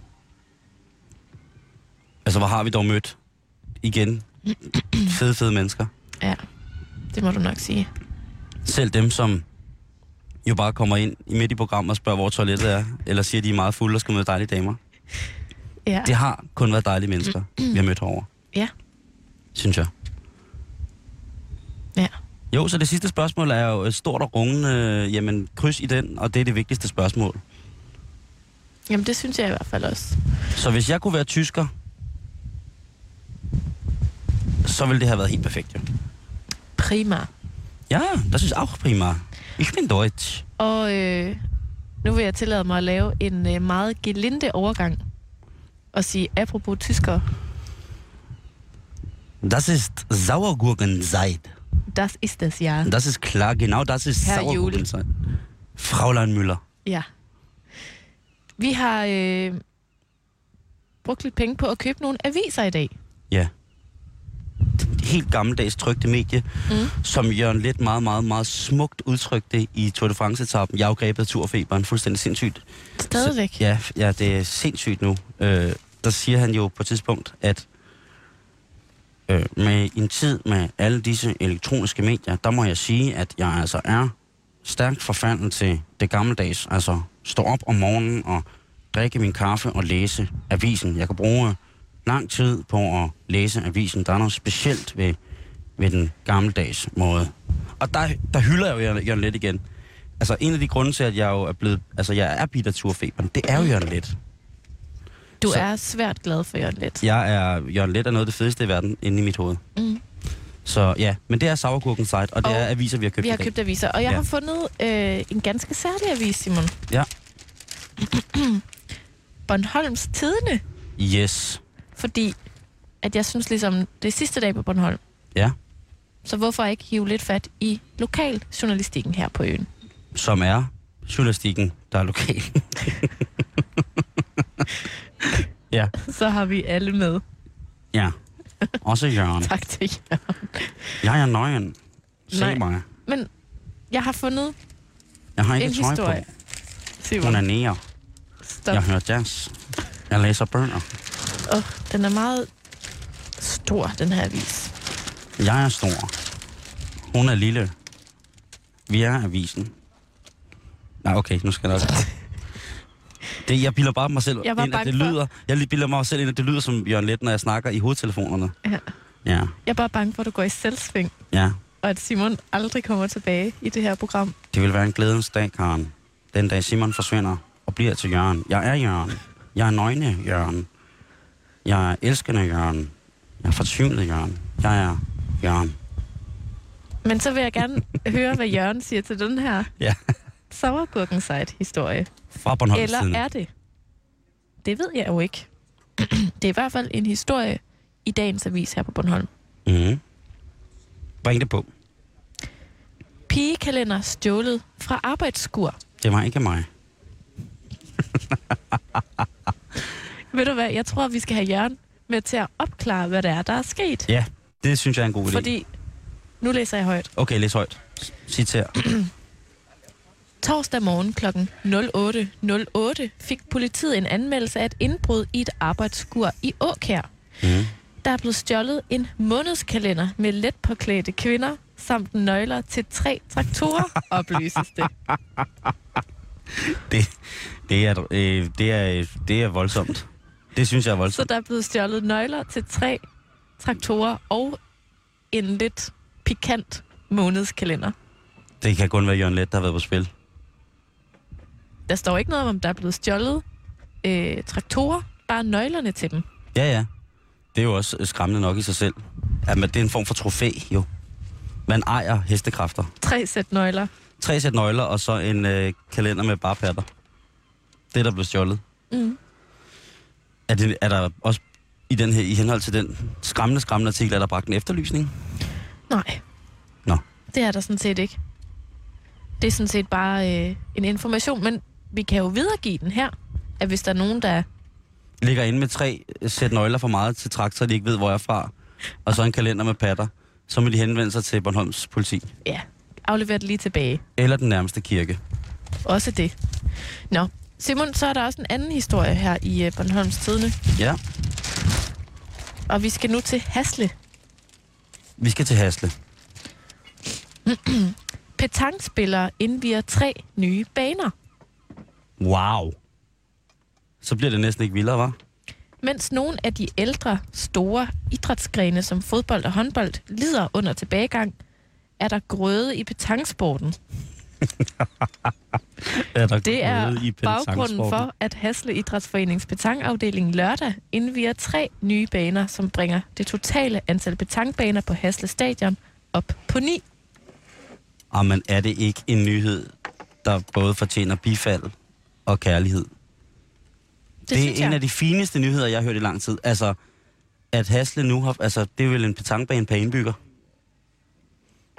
Speaker 2: Altså, hvor har vi dog mødt
Speaker 3: *clears throat*
Speaker 2: igen fede, fede mennesker.
Speaker 3: Ja. Det må du nok sige.
Speaker 2: Selv dem, som jo bare kommer ind i midt i programmet og spørger, hvor toilettet er, eller siger, at de er meget fulde og skal møde dejlige damer.
Speaker 3: Ja.
Speaker 2: Det har kun været dejlige
Speaker 3: *clears throat*
Speaker 2: mennesker, vi har mødt herovre.
Speaker 3: Ja.
Speaker 2: Synes jeg.
Speaker 3: Ja.
Speaker 2: Jo, så det sidste spørgsmål er jo et stort og rungende, øh, jamen kryds i den, og det er det vigtigste spørgsmål.
Speaker 3: Jamen, det synes jeg i hvert fald også.
Speaker 2: Så hvis jeg kunne være tysker, så ville det have været helt perfekt, jo.
Speaker 3: Prima.
Speaker 2: Ja, das ist auch prima. Ich bin deutsch.
Speaker 3: Og øh, nu vil jeg tillade mig at lave en øh, meget gelinde overgang. og sige, apropos tyskere,
Speaker 2: Das ist Sauergurkenzeit.
Speaker 3: das ist das ja.
Speaker 2: Das ist klar, genau das ist
Speaker 3: Herr Jule.
Speaker 2: Sauergurkenzeit. Fraulein Müller.
Speaker 3: Ja. Vi har øh, brugt lidt penge på at købe nogle aviser i dag.
Speaker 2: Ja. Helt gammeldags trygte medie,
Speaker 3: Mm.
Speaker 2: mm. som Jørgen Let meget, meget, meget smukt udtrykte i Tour de France-etappen. Jeg er jo grebet af turfeberen, fuldstændig sindssygt.
Speaker 3: Stadigvæk.
Speaker 2: Så, ja, ja, det er sindssygt nu. Øh, der siger han jo på et tidspunkt, at øh, med en tid med alle disse elektroniske medier, der må jeg sige, at jeg altså er stærkt forfalden til det gammeldags. Altså stå op om morgenen og drikke min kaffe og læse avisen. Jeg kan bruge lang tid på at læse avisen. Der er noget specielt ved, ved den gammeldags måde. Og der, der hylder jeg jo Jørgen- Jørgen Let igen. Altså en af de grunde til, at jeg jo er blevet... Altså jeg er bidaturfeberen, det er jo Jørgen Let.
Speaker 3: Du
Speaker 2: Så-
Speaker 3: er svært glad for Jørgen Let.
Speaker 2: Jeg er... Jørgen Let er noget af det fedeste i verden inde i mit hoved.
Speaker 3: Mm.
Speaker 2: Så ja, men det er Sauergurken site, og det
Speaker 3: Og
Speaker 2: er aviser, vi har købt
Speaker 3: Vi har
Speaker 2: i dag.
Speaker 3: købt aviser, og jeg ja.
Speaker 2: Ja.
Speaker 3: har fundet øh, en ganske særlig avis, Simon.
Speaker 2: Ja.
Speaker 3: *clears throat* Bornholms Tidene,
Speaker 2: Yes.
Speaker 3: fordi at jeg synes ligesom, det er sidste dag på Bornholm.
Speaker 2: Ja.
Speaker 3: Så hvorfor ikke hive lidt fat i lokaljournalistikken her på øen?
Speaker 2: Som er journalistikken, der er
Speaker 3: *laughs*
Speaker 2: lokal. ja,
Speaker 3: Så har vi alle med.
Speaker 2: ja. Også Jørgen.
Speaker 3: Tak til jer.
Speaker 2: Jeg er nøgen.
Speaker 3: Nej.
Speaker 2: Se mig.
Speaker 3: Men jeg har fundet
Speaker 2: Jeg har ikke
Speaker 3: en
Speaker 2: tøj
Speaker 3: historie.
Speaker 2: på.
Speaker 3: Simon,
Speaker 2: Hun er nære.
Speaker 3: stop.
Speaker 2: Jeg hører jazz. Jeg læser bønder.
Speaker 3: Oh, den er meget stor, den her avis.
Speaker 2: Jeg er stor. Hun er lille. Vi er avisen. Nej, okay, nu skal jeg
Speaker 3: *laughs*
Speaker 2: nok... Det, jeg bilder bare mig selv
Speaker 3: Jeg var
Speaker 2: ind, at
Speaker 3: bange
Speaker 2: det
Speaker 3: for-
Speaker 2: lyder... Jeg bilder mig selv ind, at det lyder som Jørgen Let, når jeg snakker i hovedtelefonerne.
Speaker 3: Ja.
Speaker 2: Ja,
Speaker 3: Jeg er bare bange for, at du går i selvsving,
Speaker 2: ja.
Speaker 3: og at Simon aldrig kommer tilbage i det her program.
Speaker 2: Det vil være en glædens dag, Karen. Den dag Simon forsvinder og bliver til Jørgen. Jeg er Jørgen. Jeg er nøgne Jørgen. Jeg er elskende Jørgen. Jeg er fortvivlet Jørgen. Jeg er Jørgen.
Speaker 3: Men så vil jeg
Speaker 2: *laughs*
Speaker 3: gerne høre, hvad Jørgen siger til den her
Speaker 2: Ja.
Speaker 3: sauergurkenside-historie.
Speaker 2: Fra Bornholm
Speaker 3: Eller er det? Det ved jeg jo ikke. *clears throat* det er i hvert fald en historie i dagens avis her på Bornholm.
Speaker 2: Mm-hmm. Bring det på.
Speaker 3: Pigekalender stjålet fra arbejdsskur.
Speaker 2: Det var ikke mig.
Speaker 3: Ved du hvad, jeg tror, vi skal have Jørgen med til at opklare, hvad der er, der er sket.
Speaker 2: Ja, det synes jeg er en god idé.
Speaker 3: Fordi, nu læser jeg højt.
Speaker 2: Okay, læs højt. S- Citer.
Speaker 3: Torsdag morgen kl. 08.08 fik politiet en anmeldelse af et indbrud i et arbejdsskur i Åkær.
Speaker 2: Mm.
Speaker 3: Der er blevet stjålet en månedskalender med let påklædte kvinder samt nøgler til tre traktorer, oplyses det.
Speaker 2: Det, er, øh, det, er, øh, det er voldsomt. Det synes jeg er
Speaker 3: Så
Speaker 2: voldsomt.
Speaker 3: der er blevet stjålet nøgler til tre traktorer og en lidt pikant månedskalender.
Speaker 2: Det kan kun være Jørgen Let, der har været på spil.
Speaker 3: Der står ikke noget om, om der er blevet stjålet øh, traktorer, bare nøglerne til dem.
Speaker 2: Ja, ja. Det er jo også øh, skræmmende nok i sig selv. Jamen, det er en form for trofæ, jo. Man ejer hestekræfter.
Speaker 3: Tre sæt nøgler.
Speaker 2: Tre sæt nøgler, og så en øh, kalender med bare patter. Det, er der blev stjålet.
Speaker 3: Mm.
Speaker 2: Er, det, er der også i, den her, i henhold til den skræmmende, skræmmende artikel, er der bragt en efterlysning?
Speaker 3: Nej.
Speaker 2: Nå.
Speaker 3: Det er der sådan set ikke. Det er sådan set bare øh, en information, men vi kan jo videregive den her, at hvis der er nogen, der...
Speaker 2: ligger inde med tre øh, sæt nøgler for meget til traktor, de ikke ved, hvor jeg er fra, og så en kalender med patter, så må de henvende sig til Bornholms politi.
Speaker 3: Ja, afleverer det lige tilbage.
Speaker 2: Eller den nærmeste kirke.
Speaker 3: Også det. Nå, Simon, så er der også en anden historie her i øh, Bornholms Tidene,
Speaker 2: Ja,
Speaker 3: og vi skal nu til Hasle.
Speaker 2: vi skal til Hasle.
Speaker 3: Petangspillere indviger tre nye baner.
Speaker 2: Wow. Så bliver det næsten ikke vildere, var?
Speaker 3: Mens nogle af de ældre, store idrætsgrene som fodbold og håndbold lider under tilbagegang, er der grøde i petangsporten.
Speaker 2: Er der
Speaker 3: Det
Speaker 2: gået
Speaker 3: er
Speaker 2: i penetangsporten?
Speaker 3: baggrunden for, at Hasle Idrætsforenings betangafdeling lørdag indviger tre nye baner, som bringer det totale antal betangbaner på Hasle Stadion op på ni.
Speaker 2: Jamen, er det ikke en nyhed, der både fortjener bifald og kærlighed?
Speaker 3: Det,
Speaker 2: Det,
Speaker 3: synes
Speaker 2: det er en
Speaker 3: jeg.
Speaker 2: af de fineste nyheder, jeg har hørt i lang tid. Altså, at Hasle nu har... Altså, det er vel en petangbane per indbygger,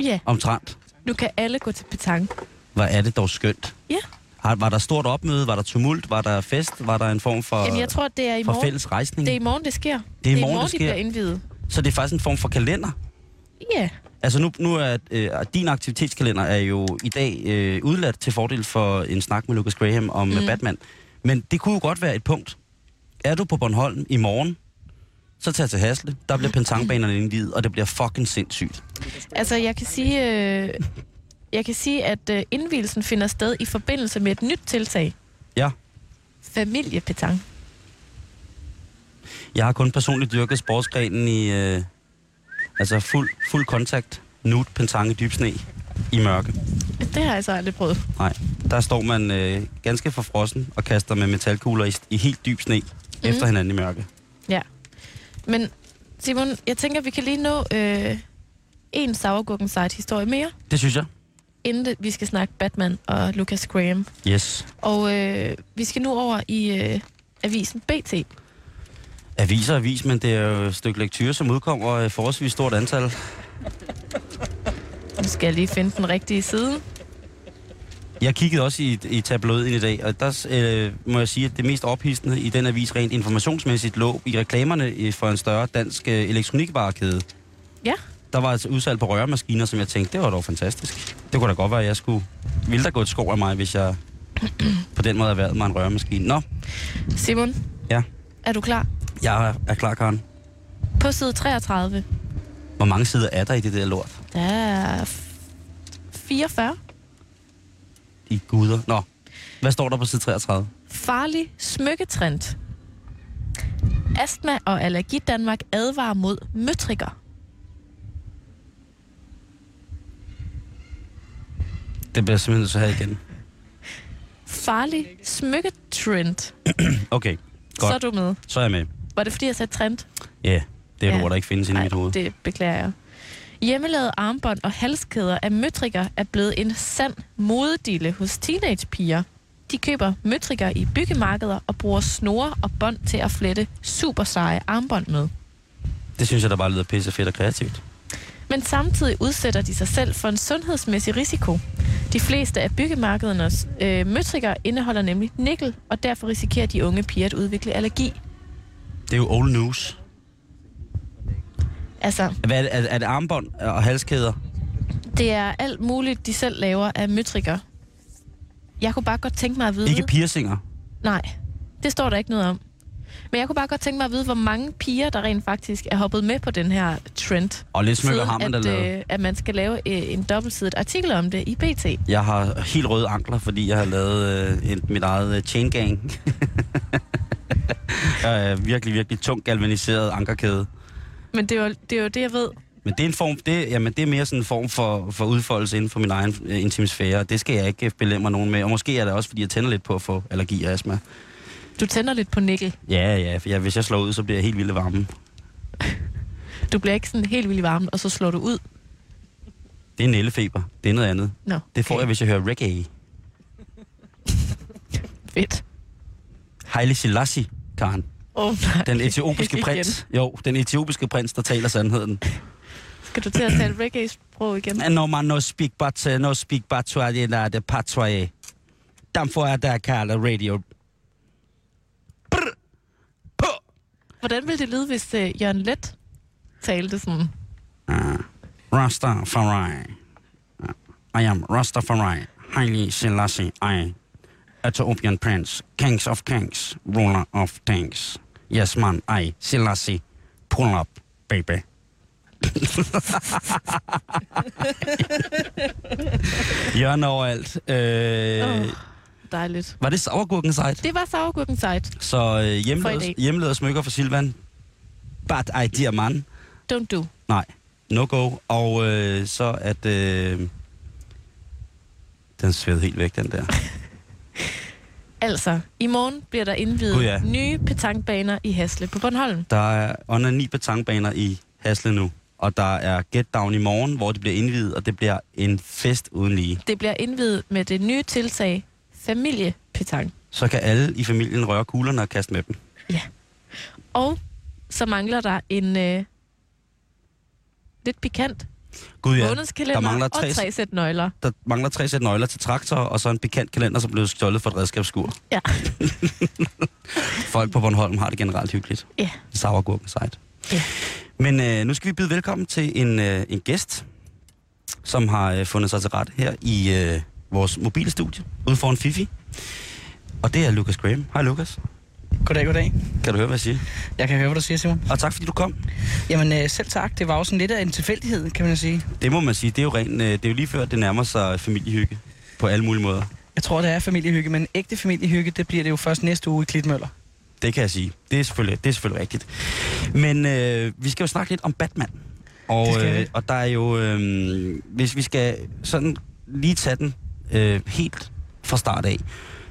Speaker 3: Ja,
Speaker 2: omtrent.
Speaker 3: nu kan alle gå til petanque.
Speaker 2: Hvor er det dog skønt.
Speaker 3: Ja.
Speaker 2: Har, var der stort opmøde? Var der tumult? Var der fest? Var der en form for,
Speaker 3: Jamen, jeg tror, det er i
Speaker 2: for
Speaker 3: morgen.
Speaker 2: fælles rejsning?
Speaker 3: Det er i morgen, det sker.
Speaker 2: Det er i morgen, det
Speaker 3: de
Speaker 2: sker.
Speaker 3: bliver indvidet.
Speaker 2: Så det er faktisk en form for kalender?
Speaker 3: Ja,
Speaker 2: Altså nu, nu er øh, din aktivitetskalender er jo i dag øh, udladt til fordel for en snak med Lucas Graham om mm.
Speaker 3: Mm.
Speaker 2: Batman. Men det kunne jo godt være et punkt. Er du på Bornholm i morgen, så tag til Hasle. Der bliver pentangbanerne indvidet, og det bliver fucking sindssygt.
Speaker 3: altså jeg kan sige, øh, jeg kan sige at øh, indvielsen finder sted i forbindelse med et nyt tiltag.
Speaker 2: Ja,
Speaker 3: Familiepetang.
Speaker 2: jeg har kun personligt dyrket sportsgrenen i øh, altså fuld, fuld kontakt, nude, pentang i dyb sne i mørke.
Speaker 3: Det har jeg så aldrig prøvet.
Speaker 2: Nej, der står man øh, ganske forfrossen og kaster med metalkugler i, i helt dyb sne mm. efter hinanden i mørke.
Speaker 3: Ja. Men Simon, jeg tænker, vi kan lige nå øh, en sauergurken historie mere,
Speaker 2: Det synes jeg.
Speaker 3: inden det, vi skal snakke Batman og Lucas Graham.
Speaker 2: Yes.
Speaker 3: Og øh, vi skal nu over i øh, avisen BT.
Speaker 2: Avis og avis, men det er jo et stykke lektyr, som udkommer i forholdsvis stort antal.
Speaker 3: Nu skal jeg lige finde den rigtige side.
Speaker 2: Jeg kiggede også i, i tabloiden i dag, og der øh, må jeg sige, at det mest ophidsende i den avis rent informationsmæssigt lå i reklamerne øh, for en større dansk øh, elektronikvarekæde.
Speaker 3: Ja.
Speaker 2: Der var altså udsalg på røremaskiner, som jeg tænkte, det var dog fantastisk. Det kunne da godt være, at jeg skulle... Ville der gå et skov af mig, hvis jeg på den måde erhvervede mig en røremaskine? Nå,
Speaker 3: Simon,
Speaker 2: ja.
Speaker 3: er du klar?
Speaker 2: Jeg er, er klar, Karen.
Speaker 3: På side 33,
Speaker 2: Hvor mange sider er der i det der lort?
Speaker 3: der er f- 44.
Speaker 2: I guder. Nå, hvad står der på side 33?
Speaker 3: Farlig smykketrend. Astma og Allergi Danmark advarer mod møtrikker.
Speaker 2: Det bliver jeg simpelthen nødt til at have igen.
Speaker 3: Farlig smykketrend.
Speaker 2: Okay,
Speaker 3: Så
Speaker 2: Godt.
Speaker 3: er du med.
Speaker 2: så er jeg med.
Speaker 3: Var det fordi, jeg sagde trend?
Speaker 2: Ja, yeah, det er et
Speaker 3: Ja.
Speaker 2: ord, der ikke findes inde i mit hoved.
Speaker 3: det beklager jeg. Hjemmelavede armbånd og halskæder af møtrikker er blevet en sand modedille hos teenagepiger. De køber møtrikker i byggemarkeder og bruger snore og bånd til at flette super seje armbånd med.
Speaker 2: Det synes jeg, der bare lyder pisse fedt og kreativt.
Speaker 3: Men samtidig udsætter de sig selv for en sundhedsmæssig risiko. De fleste af byggemarkedernes øh, møtrikker indeholder nemlig nikkel, og derfor risikerer de unge piger at udvikle allergi.
Speaker 2: Det er jo old news.
Speaker 3: Altså,
Speaker 2: Hvad er, det, er, det- er det armbånd og halskæder?
Speaker 3: det er alt muligt, de selv laver af møtrikker. Jeg kunne bare godt tænke mig at vide...
Speaker 2: Ikke piercinger.
Speaker 3: Nej, det står der ikke noget om. Men jeg kunne bare godt tænke mig at vide, hvor mange piger, der rent faktisk er hoppet med på den her trend.
Speaker 2: Og lidt smykker har man da
Speaker 3: at,
Speaker 2: lavet.
Speaker 3: øh, at man skal lave øh, en dobbeltsidet artikel om det i BT.
Speaker 2: Jeg har helt røde ankler, fordi jeg har lavet øh, et, mit eget øh, chain gang. *laughs* jeg er virkelig, virkelig tungt galvaniseret ankerkæde.
Speaker 3: Men det er jo det, er jo det jeg ved.
Speaker 2: Men det er, en form, det, jamen, det er mere sådan en form for, for udfoldelse inden for min egen øh, intimsfære. Det skal jeg ikke belemre nogen med. Og måske er det også, fordi jeg tænder lidt på at få allergi og astma.
Speaker 3: Du tænder lidt på nikkel.
Speaker 2: Ja, ja, for jeg, hvis jeg slår ud, så bliver jeg helt vildt varme.
Speaker 3: Du bliver ikke sådan helt vildt varm, og så slår du ud.
Speaker 2: Det er nællefeber. Det er noget andet.
Speaker 3: Nå,
Speaker 2: Det får okay. jeg, hvis jeg hører reggae.
Speaker 3: Fedt.
Speaker 2: Haile Selassie, Karen.
Speaker 3: Oh, nej. *laughs*
Speaker 2: Den etiopiske
Speaker 3: Ikke igen.
Speaker 2: prins. Jo, den etiopiske prins, der taler sandheden.
Speaker 3: Skal du til at tale reggae-sprog igen?
Speaker 2: No man no speak but, uh, no speak but to the the patwaye. Derfor er der kalder radio. Brr. På.
Speaker 3: Hvordan ville det lyde, hvis uh, Jørgen Let talte sådan?
Speaker 2: Ah. Rastafari. Uh, I am Rastafari. Haile Selassie. I. Ethiopian prince. Kings of kings. Ruler of kings. Yes man, I. Selassie. Pull up, baby. *laughs* Jørgen overalt. Øh,
Speaker 3: Åh. Dejligt.
Speaker 2: Var det sauergurken sejt?
Speaker 3: Det var sauergurken site.
Speaker 2: Så øh,
Speaker 3: For i
Speaker 2: hjemleder,
Speaker 3: dag.
Speaker 2: hjemleder smykker for Silvan. But I dear man.
Speaker 3: Don't do.
Speaker 2: Nej, no go. Og øh, så at... Øh, den sved helt væk, den der.
Speaker 3: Altså, i morgen bliver der indvidet
Speaker 2: Gud, ja.
Speaker 3: nye petankbaner i Hasle på Bornholm.
Speaker 2: Der er under ni betangbaner i Hasle nu. Og der er Get Down i morgen, hvor det bliver indvidet, og det bliver en fest uden lige.
Speaker 3: Det bliver indvidet med det nye tiltag familiepetank.
Speaker 2: så kan alle i familien røre kuglerne og kaste med dem.
Speaker 3: Og så mangler der en øh, lidt pikant
Speaker 2: Gud ja,
Speaker 3: månedskalender
Speaker 2: der mangler
Speaker 3: og
Speaker 2: tre-
Speaker 3: tre sæt nøgler.
Speaker 2: der mangler tre sæt nøgler til traktor, og så en bekendt kalender, som blev stjålet fra et redskabsskur.
Speaker 3: Ja.
Speaker 2: Folk på Bornholm har det generelt hyggeligt.
Speaker 3: Ja.
Speaker 2: Sauergurk er sejt.
Speaker 3: Ja.
Speaker 2: Men øh, nu skal vi byde velkommen til en, øh, en gæst, som har øh, fundet sig til rette her i øh, vores mobilstudie ude foran Fifi. Og det er Lucas Graham. Hej Lucas.
Speaker 4: Goddag, goddag.
Speaker 2: Kan du høre, hvad jeg siger?
Speaker 4: Jeg kan høre, hvad du siger, Simon.
Speaker 2: Og tak fordi du kom.
Speaker 4: Jamen, øh, selv tak. Det var jo sådan lidt af en tilfældighed, kan man jo sige.
Speaker 2: Det må man sige, det er jo, ren, øh, det er jo lige før, det nærmer sig familiehygge på alle mulige måder.
Speaker 4: Jeg tror, det er familiehygge, men ægte familiehygge, det bliver det jo først næste uge i Klitmøller.
Speaker 2: Det kan jeg sige. Det er selvfølgelig, det er selvfølgelig rigtigt. Men øh, vi skal jo snakke lidt om Batman. Og,
Speaker 4: Det skal vi.
Speaker 2: øh, og der er jo, øh, hvis vi skal sådan lige tage den øh, helt fra start af,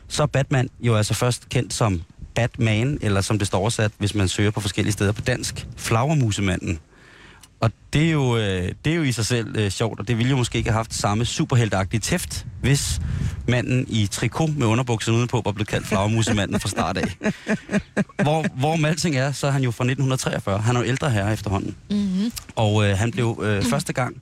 Speaker 2: så er Batman jo altså først kendt som Batman, eller som det står oversat, hvis man søger på forskellige steder på dansk, Flagermusemanden. Og det er, jo, øh, det er jo i sig selv øh, sjovt, og det ville jo måske ikke have haft samme superheltagtige tæft, hvis manden i trikot med underbukserne udenpå var blevet kaldt flagermusemanden fra start af. Hvor, hvor med alting er, så er han jo fra 1943. Han er jo ældre herre efterhånden.
Speaker 3: Mm-hmm.
Speaker 2: Og øh, han blev øh, første gang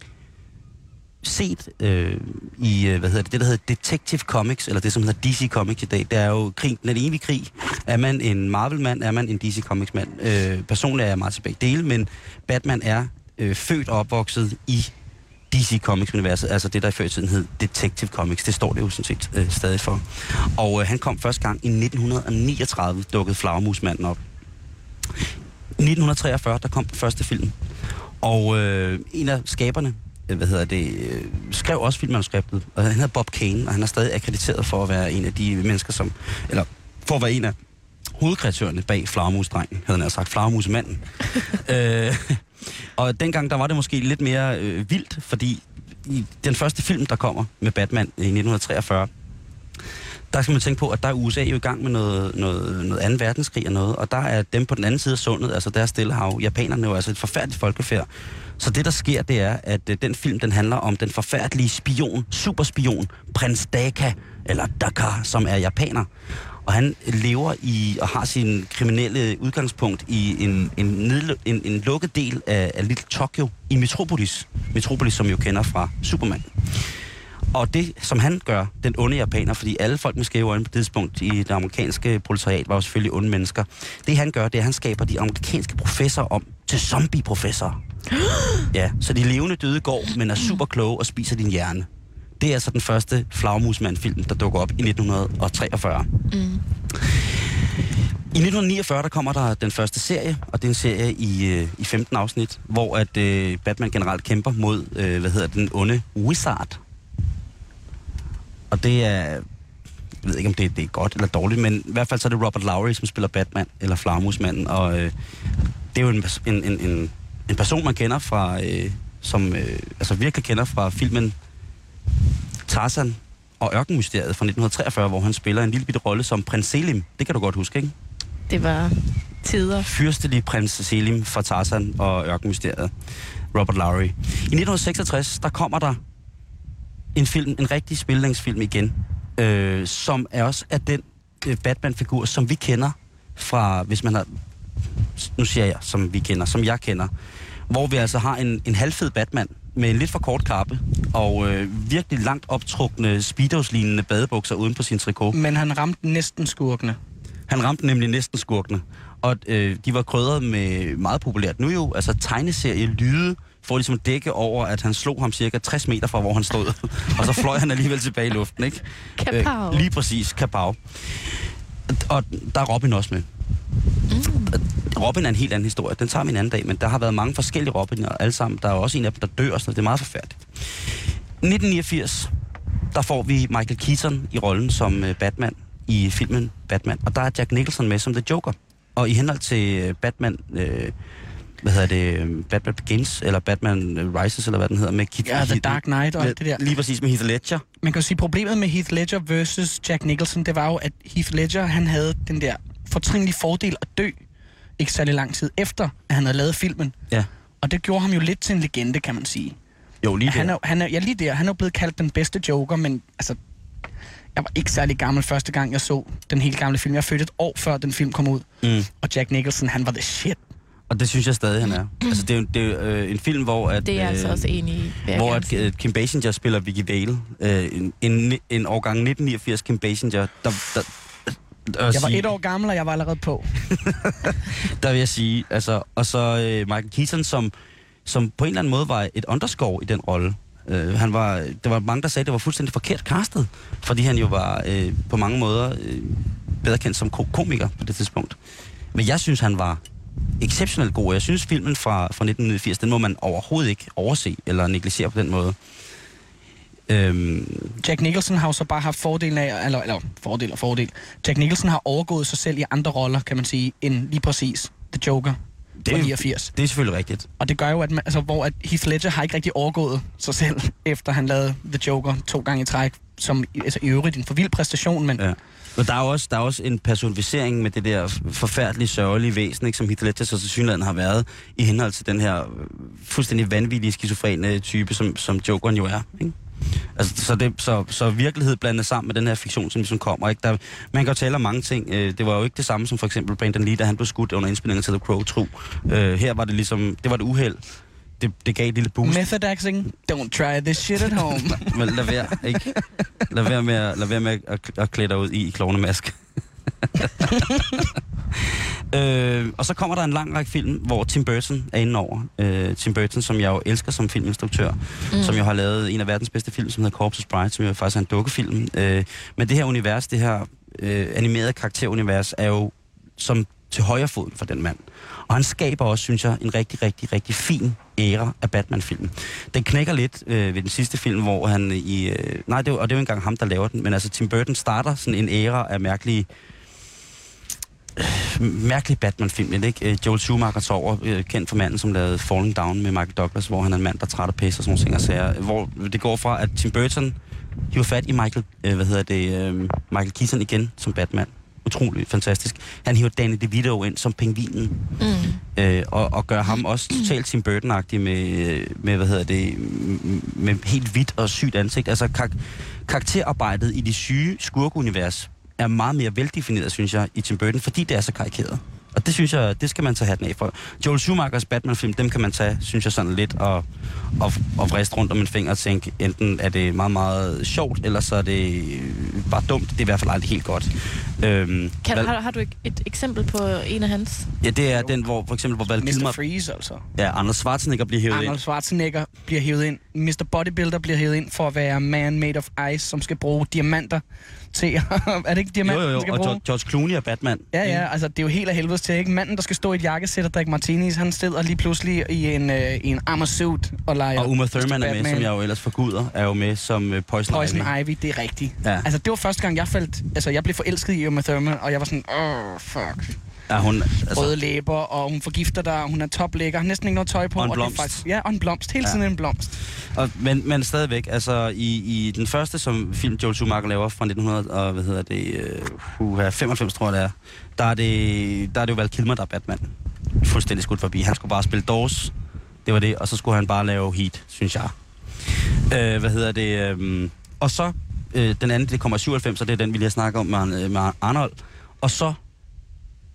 Speaker 2: set øh, i, øh, hvad hedder det, det der hedder Detective Comics, eller det som hedder DC Comics i dag. Det er jo krig, den evige krig. Er man en Marvel-mand, er man en DC Comics-mand. Øh, personligt er jeg meget til begge dele, men Batman er øh, født og opvokset i DC Comics-universet, altså det, der i før i tiden hed Detective Comics. Det står det jo sådan set øh, stadig for. Og øh, han kom første gang i 1939, dukkede Flagermusmanden op. 1943, der kom den første film. Og øh, en af skaberne, øh, hvad hedder det, øh, skrev også filmmanuskriptet. Og han hedder Bob Kane, og han er stadig akkrediteret for at være en af de mennesker, som... Eller for at være en af hovedkreatørerne bag Flagermusdrengen, havde han altså sagt, Flagermusmanden. øh, og dengang, der var det måske lidt mere øh, vildt, fordi i den første film, der kommer med Batman i 1943, der skal man tænke på, at der er USA jo i gang med noget, noget, noget anden verdenskrig og noget, og der er dem på den anden side af sundet, altså der er Stillehav, japanerne er jo altså et forfærdeligt folkefærd. Så det, der sker, det er, at øh, den film, den handler om den forfærdelige spion, superspion, prins Daka, eller Dakar, som er japaner. Og han lever i og har sin kriminelle udgangspunkt i en, en, nedlu- en, en lukket del af, af Little Tokyo i Metropolis. Metropolis, som vi jo kender fra Superman. Og det, som han gør, den onde japaner, fordi alle folk med skæve øjne på det tidspunkt i det amerikanske proletariat var jo selvfølgelig onde mennesker. Det, han gør, det er, at han skaber de amerikanske professorer om til zombie-professorer. Ja, så de levende døde går, men er super kloge og spiser din hjerne. Det er altså den første flagmusmand-film, der dukker op i 1943.
Speaker 3: Mm.
Speaker 2: I 1949 der kommer der den første serie, og det er en serie i, øh, i 15 afsnit, hvor at øh, Batman generelt kæmper mod, øh, hvad hedder den onde Wizard. Og det er, jeg ved ikke om det, det er godt eller dårligt, men i hvert fald så er det Robert Lowry, som spiller Batman, eller Flagermusmanden, og øh, det er jo en, pers- en, en, en, en person, man kender fra, øh, som øh, altså virkelig kender fra filmen Tarzan og Ørkenmysteriet fra 1943, hvor han spiller en lille bitte rolle som prins Selim. Det kan du godt huske, ikke?
Speaker 3: Det var tider.
Speaker 2: fyrstelige prins Selim fra Tarzan og Ørkenmysteriet, Robert Lowry. I 1966, der kommer der en film, en rigtig spillingsfilm igen, øh, som er også af den øh, Batman-figur, som vi kender fra, hvis man har, nu siger jeg, som vi kender, som jeg kender, hvor vi altså har en, en halvfed Batman med en lidt for kort kappe og øh, virkelig langt optrukne speedos-lignende badebukser uden på sin trikot.
Speaker 4: Men han ramte næsten skurkene.
Speaker 2: Han ramte nemlig næsten skurkene, og øh, de var krydret med meget populært nu jo, altså tegneserie lyde, for ligesom at dække over, at han slog ham cirka 60 meter fra, hvor han stod, *laughs* og så fløj han alligevel tilbage i luften, ikke? Øh,
Speaker 3: Kapow.
Speaker 2: lige præcis, kapav. Og der er Robin også med.
Speaker 3: Mm.
Speaker 2: Robin er en helt anden historie. Den tager vi en anden dag, men der har været mange forskellige Robin, og alle sammen. Der er jo også en af dem, der dør, og sådan noget. Det er meget forfærdeligt. 1989, der får vi Michael Keaton i rollen som øh, Batman i filmen Batman. Og der er Jack Nicholson med som The Joker. Og i henhold til øh, Batman... Øh, hvad hedder det? øh, Batman Begins, eller Batman øh, Rises, eller hvad den hedder, med Keaton.
Speaker 4: Ja, The Dark Knight og alt det der.
Speaker 2: Lige præcis med Heath Ledger.
Speaker 4: Man kan jo sige, problemet med Heath Ledger versus Jack Nicholson, det var jo, at Heath Ledger, han havde den der fortrinlige fordel at dø ikke særlig lang tid efter, at han havde lavet filmen.
Speaker 2: Ja.
Speaker 4: Og det gjorde ham jo lidt til en legende, kan man sige.
Speaker 2: Jo, lige
Speaker 4: han
Speaker 2: der.
Speaker 4: er, han er, ja, lige der. Han er jo blevet kaldt den bedste joker, men altså, Jeg var ikke særlig gammel første gang, jeg så den helt gamle film. Jeg fødte et år før den film kom ud.
Speaker 2: Mm.
Speaker 4: Og Jack Nicholson, han var the shit.
Speaker 2: Og det synes jeg stadig, han
Speaker 4: *clears throat*
Speaker 2: er. Altså, det er, jo- det er jo, øh, en film, hvor... At, øh,
Speaker 3: Det er jeg altså også enig i. vil jeg
Speaker 2: hvor
Speaker 3: gerne
Speaker 2: at,
Speaker 3: sige.
Speaker 2: øh, Kim Basinger spiller Vicky Vale. Øh, en, en, en årgang 1989 Kim Basinger. Der, der, der,
Speaker 4: Jeg var et år gammel, og jeg var allerede på.
Speaker 2: der vil jeg sige. Altså, og så øh, Michael Keaton, som, som på en eller anden måde var et underskov i den rolle. Øh, han var, der var mange, der sagde, at det var fuldstændig forkert castet, fordi han jo var øh, på mange måder øh, bedre kendt som ko- komiker på det tidspunkt. Men jeg synes, han var exceptionelt god, og jeg synes, filmen fra, fra 1980, den må man overhovedet ikke overse eller negligere på den måde. Øhm,
Speaker 4: Jack Nicholson har jo så bare haft fordelen af, eller, eller fordel og fordel. Jack Nicholson har overgået sig selv i andre roller, kan man sige, end lige præcis The Joker
Speaker 2: Det
Speaker 4: det
Speaker 2: er
Speaker 4: fra
Speaker 2: jo-
Speaker 4: 89.
Speaker 2: det er selvfølgelig rigtigt.
Speaker 4: Og det gør jo, at man, altså, hvor at Heath Ledger har ikke rigtig overgået sig selv, efter han lavede The Joker to gange i træk, som i- altså, i øvrigt en for vild præstation, men ja.
Speaker 2: Ja. Og der er, jo også, der er også en personificering med det der forfærdelige, sørgelige væsen, ikke, som Heath Ledger så til synligheden har været, i henhold til den her øh, fuldstændig vanvittige, skizofrene type, som, som Jokeren jo er. Ikke? Altså, så, det, så, så virkelighed blandet sammen med den her fiktion, som ligesom kommer. Ikke? Der, man kan jo tale om mange ting. Øh, det var jo ikke det samme som for eksempel Brandon Lee, da han blev skudt under indspillingen til The Crow True. Øh, her var det ligesom, det var et uheld. Det, det gav et lille boost.
Speaker 4: method acting, don't try this shit at
Speaker 2: *laughs*
Speaker 4: home.
Speaker 2: Men lad være, ikke? Lad være med, at, lad være med at, at, at klæde dig ud i, i klovnemask. *laughs* øh, og så kommer der en lang række film, hvor Tim Burton er inde over. Øh, Tim Burton, som jeg jo elsker som filminstruktør, mm. som jo har lavet en af verdens bedste film, som hedder Corpse Bride, som jo faktisk er en dukkefilm. Øh, men det her univers, det her øh, animerede karakterunivers, er jo som til højre fod for den mand. Og han skaber også, synes jeg, en rigtig, rigtig, rigtig fin æra af Batman-filmen. Den knækker lidt øh, ved den sidste film, hvor han i... Øh, nej, det er, jo- og det er jo ikke engang ham, der laver den, men altså Tim Burton starter sådan en æra af mærkelige øh, mærkelig Batman-film, ikke? Øh, Joel Schumacher tager over, øh, kendt for manden, som lavede Falling Down med Michael Douglas, hvor han er en mand, der er træt og pisse og sådan nogle ting og sager. Hvor det går fra, at Tim Burton hiver fat i Michael, øh, hvad hedder det, øh, Michael Keaton igen som Batman. Utrolig fantastisk. Han hiver Danny DeVito ind som pingvinen
Speaker 3: Mm.
Speaker 2: øh, og, og gør ham også totalt Tim burton med, øh, med, hvad hedder det, m- med helt hvidt og sygt ansigt. Altså kar- karakterarbejdet i det syge skurkunivers er meget mere veldefineret, synes jeg, i Tim Burton, fordi det er så karikeret. Og det synes jeg, det skal man tage hatten af for. Joel Schumachers Batman-film, dem kan man tage, synes jeg, sådan lidt og, og, og vriste rundt om en finger og tænke, enten er det meget, meget sjovt, eller så er det øh, bare dumt. Det er i hvert fald aldrig helt godt. Øhm,
Speaker 3: Kan,
Speaker 2: Val-
Speaker 3: har, har du et, et eksempel på en af hans?
Speaker 2: ja, det er den, hvor for eksempel, hvor Val
Speaker 4: Mr.
Speaker 2: Kilmer,
Speaker 4: Freeze, altså.
Speaker 2: ja, Anders Schwarzenegger bliver hævet ligesom ind.
Speaker 4: Arnold Schwarzenegger bliver hævet ind. Mr. Bodybuilder bliver hævet ind for at være man made of ice, som skal bruge diamanter til... *laughs* er det ikke diamanter,
Speaker 2: jo, jo,
Speaker 4: han
Speaker 2: jo.
Speaker 4: skal
Speaker 2: og Mm.
Speaker 4: bruge?
Speaker 2: George, George Clooney er Batman.
Speaker 4: Ja, ja, altså det er jo helt af helvedes til, ikke? Manden, der skal stå i et jakkesæt og drikke martinis, han sidder lige pludselig i en, øh, i en armor suit og leger...
Speaker 2: Og um- Uma Thurman
Speaker 4: Mr.
Speaker 2: er med,
Speaker 4: Batman.
Speaker 2: som jeg jo ellers forguder, er jo med som øh, Poison,
Speaker 4: Poison Ivy, det er rigtigt.
Speaker 2: Ja.
Speaker 4: Altså, det var første gang, jeg faldt... Altså, jeg blev forelsket i Uma Thurman, og jeg var sådan, åh, oh, fuck.
Speaker 2: Ja, hun,
Speaker 4: Altså. Røde
Speaker 2: altså,
Speaker 4: læber, og hun forgifter dig, og hun er toplækker, har næsten ikke noget tøj på.
Speaker 2: Og en
Speaker 4: det er
Speaker 2: blomst.
Speaker 4: ja, og en blomst. Hele
Speaker 2: Ja.
Speaker 4: tiden en blomst.
Speaker 2: og, men, men stadigvæk, altså i, i den første som film Joel Schumacher laver fra 1900, og, hvad hedder det, øh, uha, 95 tror jeg det er, der er det, der er det jo Val Kilmer, der er Batman. Fuldstændig skudt forbi. Han skulle bare spille Doors, det var det, og så skulle han bare lave Heat, synes jeg. Øh, hvad hedder det, øh, og så øh, den anden, det kommer i 97, og det er den, vi lige har snakket om med, øh, med Arnold. Og så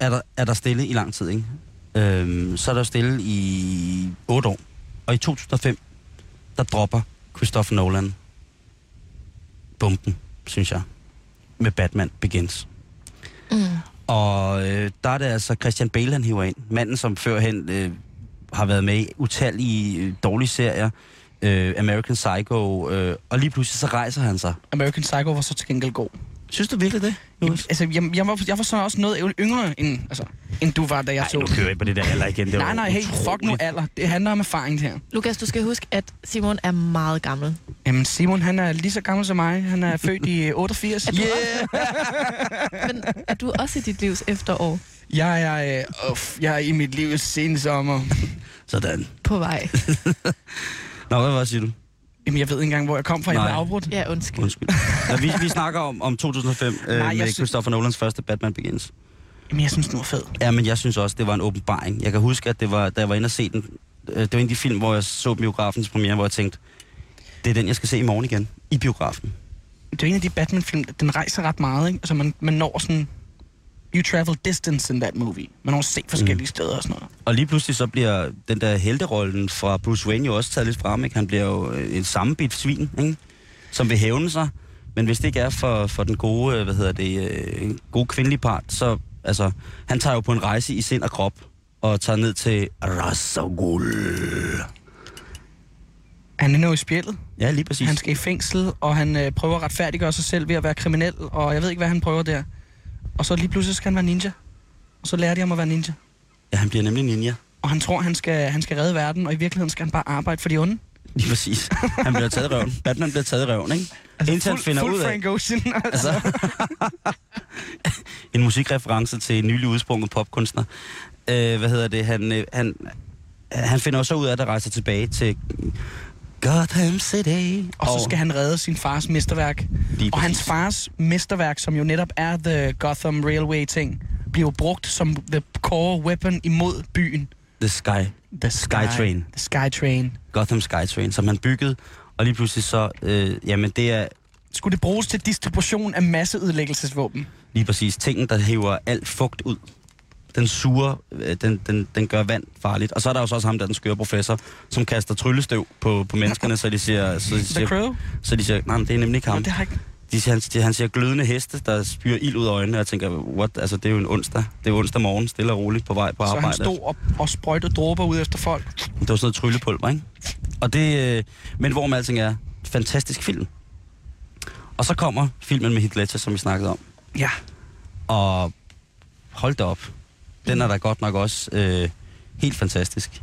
Speaker 2: er der, er der stille i lang tid, ikke? Øhm, så er der stille i 8 år. Og i 2005, der dropper Christopher Nolan bomben, synes jeg, med Batman Begins.
Speaker 3: Mm.
Speaker 2: Og øh, der er det altså Christian Bale, han hiver ind. Manden, som førhen øh, har været med i utallige øh, dårlige serier. Øh, American Psycho. Øh, og lige pludselig så rejser han sig.
Speaker 4: American Psycho var så til gengæld god.
Speaker 2: Synes du virkelig det,
Speaker 4: Jamen, altså, jeg, jeg, var, jeg var så også noget yngre, end, altså, end du var, da jeg
Speaker 2: Ej,
Speaker 4: så
Speaker 2: nu kører jeg ikke på det der alder igen. Det
Speaker 4: *laughs*
Speaker 2: var
Speaker 4: Nej, nej, hey, fuck nu
Speaker 2: utroligt.
Speaker 4: alder. Det handler om erfaring, det her.
Speaker 3: Lukas, du skal huske, at Simon er meget gammel.
Speaker 4: Jamen, Simon, han er lige så gammel som mig. Han er født i øh, *laughs* 88.
Speaker 3: Er du Men er du også i dit livs efterår
Speaker 4: Jeg er, øh, uff, jeg er i mit livs sensommer.
Speaker 2: Sådan.
Speaker 3: på vej?
Speaker 2: Nå, hvad, hvad siger du?
Speaker 4: Jamen, jeg ved ikke engang, hvor jeg kom fra. Jeg
Speaker 2: Nej.
Speaker 4: blev afbrudt.
Speaker 3: Ja, undskyld.
Speaker 4: *laughs*
Speaker 2: Undskyld. Nå, vi, vi snakker om, om 2005 øh,
Speaker 4: Nej,
Speaker 2: Nej,
Speaker 4: jeg
Speaker 2: med
Speaker 4: sy-
Speaker 2: Christopher Nolans første Batman Begins.
Speaker 4: Jamen, jeg synes, den var fed.
Speaker 2: Ja, men jeg synes også, det var en åbenbaring. Jeg kan huske, at det var, da jeg var inde og se den, øh, det var en af de film, hvor jeg så biografens premiere, hvor jeg tænkte, det er den, jeg skal se i morgen igen. I biografen.
Speaker 4: det er jo en af de Batman-film, den rejser ret meget, ikke? Altså, man, man når sådan... You travel distance in that movie. Man når at se forskellige mm. steder og sådan noget.
Speaker 2: Og lige pludselig så bliver den der helterollen fra Bruce Wayne jo også taget lidt frem, ikke? Han bliver jo øh, en sammenbit svin, ikke? Som vil hævne sig. Men hvis det ikke er for, for den gode, øh, hvad hedder det, øh, gode kvindelige part, så, altså, han tager jo på en rejse i sind og krop, og tager ned til Rasagul.
Speaker 4: Han er nået i spjældet.
Speaker 2: Ja, lige præcis.
Speaker 4: Han skal i fængsel, og han øh, prøver at retfærdiggøre sig selv ved at være kriminel, og jeg ved ikke, hvad han prøver der. Og så lige pludselig skal han være ninja. Og så lærer de ham at være ninja.
Speaker 2: Ja, han bliver nemlig ninja.
Speaker 4: Og han tror, han skal, han skal redde verden, og i virkeligheden skal han bare arbejde for de onde.
Speaker 2: Lige præcis. Han bliver taget i røven. Batman bliver taget i røven, ikke? Altså, Indtil han
Speaker 4: fuld,
Speaker 2: finder
Speaker 4: fuld
Speaker 2: ud af...
Speaker 4: Frank Ocean. *laughs* Altså.
Speaker 2: Altså. *laughs* en musikreference til en nylig udsprunget popkunstner. Øh, hvad hedder det? Han, øh, han, han finder også ud af, at der rejser tilbage til Gotham City.
Speaker 4: Og så skal han redde sin fars mesterværk.
Speaker 2: Lige
Speaker 4: Og hans
Speaker 2: præcis.
Speaker 4: fars mesterværk, som jo netop er The Gotham Railway-ting, bliver jo brugt som the core weapon imod byen.
Speaker 2: The Sky.
Speaker 4: The
Speaker 2: Skytrain.
Speaker 4: The Skytrain.
Speaker 2: Gotham Skytrain, som han byggede. Og lige pludselig så... Øh, jamen, det er
Speaker 4: Skulle det bruges til distribution af masseødelæggelsesvåben?
Speaker 2: lige præcis tingen, der hiver alt fugt ud. Den suger, øh, den, den, den gør vand farligt. Og så er der jo så også ham der, den skøre professor, som kaster tryllestøv på, på menneskerne, så de siger... Så de
Speaker 4: The
Speaker 2: siger,
Speaker 4: Crow?
Speaker 2: så de siger nej, men det er nemlig ikke
Speaker 4: Nå,
Speaker 2: ham.
Speaker 4: det har jeg ikke...
Speaker 2: De, han, de, han siger glødende heste, der spyrer ild ud af øjnene, og jeg tænker, what? Altså, det er jo en onsdag. Det er onsdag morgen, stille og roligt på vej på
Speaker 4: Så
Speaker 2: arbejde.
Speaker 4: han stod og, og sprøjtede dråber ud efter folk.
Speaker 2: Det var sådan noget tryllepulver, ikke? Og det, øh, men hvorom alting er, fantastisk film. Og så kommer filmen med Heath Ledger, som vi snakkede om.
Speaker 4: Ja.
Speaker 2: Og hold da op. Den er da godt nok også øh, helt fantastisk.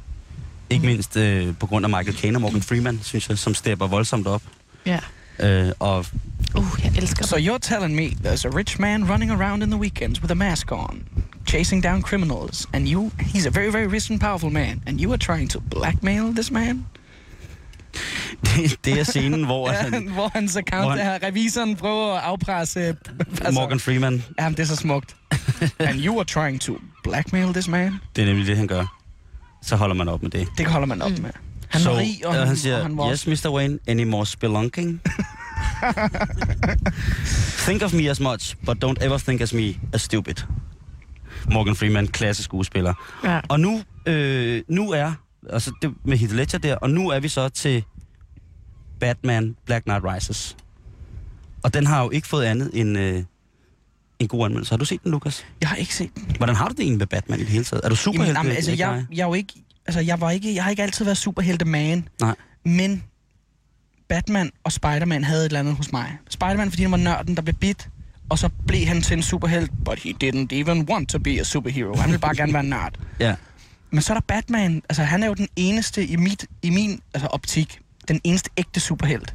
Speaker 2: Ikke mindst øh, på grund af Michael Caine og Morgan Freeman, synes jeg, som stepper voldsomt op.
Speaker 3: Ja.
Speaker 2: Øh, og *laughs*
Speaker 3: Uh, jeg elsker
Speaker 4: So
Speaker 3: så...
Speaker 4: you're telling me there's a rich man running around in the weekends with a mask on, chasing down criminals, and you, he's a very, very rich and powerful man, and you are trying to blackmail this man?
Speaker 2: det, det er scenen, hvor altså,
Speaker 4: Ja, altså-
Speaker 2: han,
Speaker 4: hvor hans account
Speaker 2: hvor han-
Speaker 4: er, revisoren prøver at afpresse... øh, Altså,
Speaker 2: Morgan Freeman,
Speaker 4: Jamen, det er så
Speaker 2: *laughs*
Speaker 4: smukt. and you are trying to blackmail this man?
Speaker 2: det er nemlig det, han gør. Så holder man op med det.
Speaker 4: Det holder man op med. Han
Speaker 2: so,
Speaker 4: var rig, og,
Speaker 2: øh,
Speaker 4: han,
Speaker 2: han siger,
Speaker 4: og han var
Speaker 2: yes, Mr. Wayne, any more
Speaker 4: *laughs*
Speaker 2: spelunking? think of me as much, but don't ever think as me as stupid. Morgan Freeman, klasse skuespiller.
Speaker 3: Ja.
Speaker 2: Og nu, øh, nu er, altså det med Heath Ledger der, og nu er vi så til Batman Black Knight Rises. Og den har jo ikke fået andet end øh, en god anmeldelse. Har du set den, Lukas?
Speaker 4: Jeg har ikke set den.
Speaker 2: Hvordan har du det egentlig med Batman i det hele taget? Er du super
Speaker 4: Jamen, jamen, altså, jeg, jeg, er jo ikke, altså, jeg, var ikke, jeg har ikke altid været superhelte-man.
Speaker 2: Nej.
Speaker 4: Men Batman og Spider-Man havde et eller andet hos mig. Spider-Man, fordi han var nørden, der blev bit, og så blev han til en superhelt, but he didn't even want to be a superhero. Han ville bare gerne være en nørd.
Speaker 2: Ja.
Speaker 4: Men så er der Batman. Altså, han er jo den eneste i, mit, i min altså, optik. Den eneste ægte superhelt.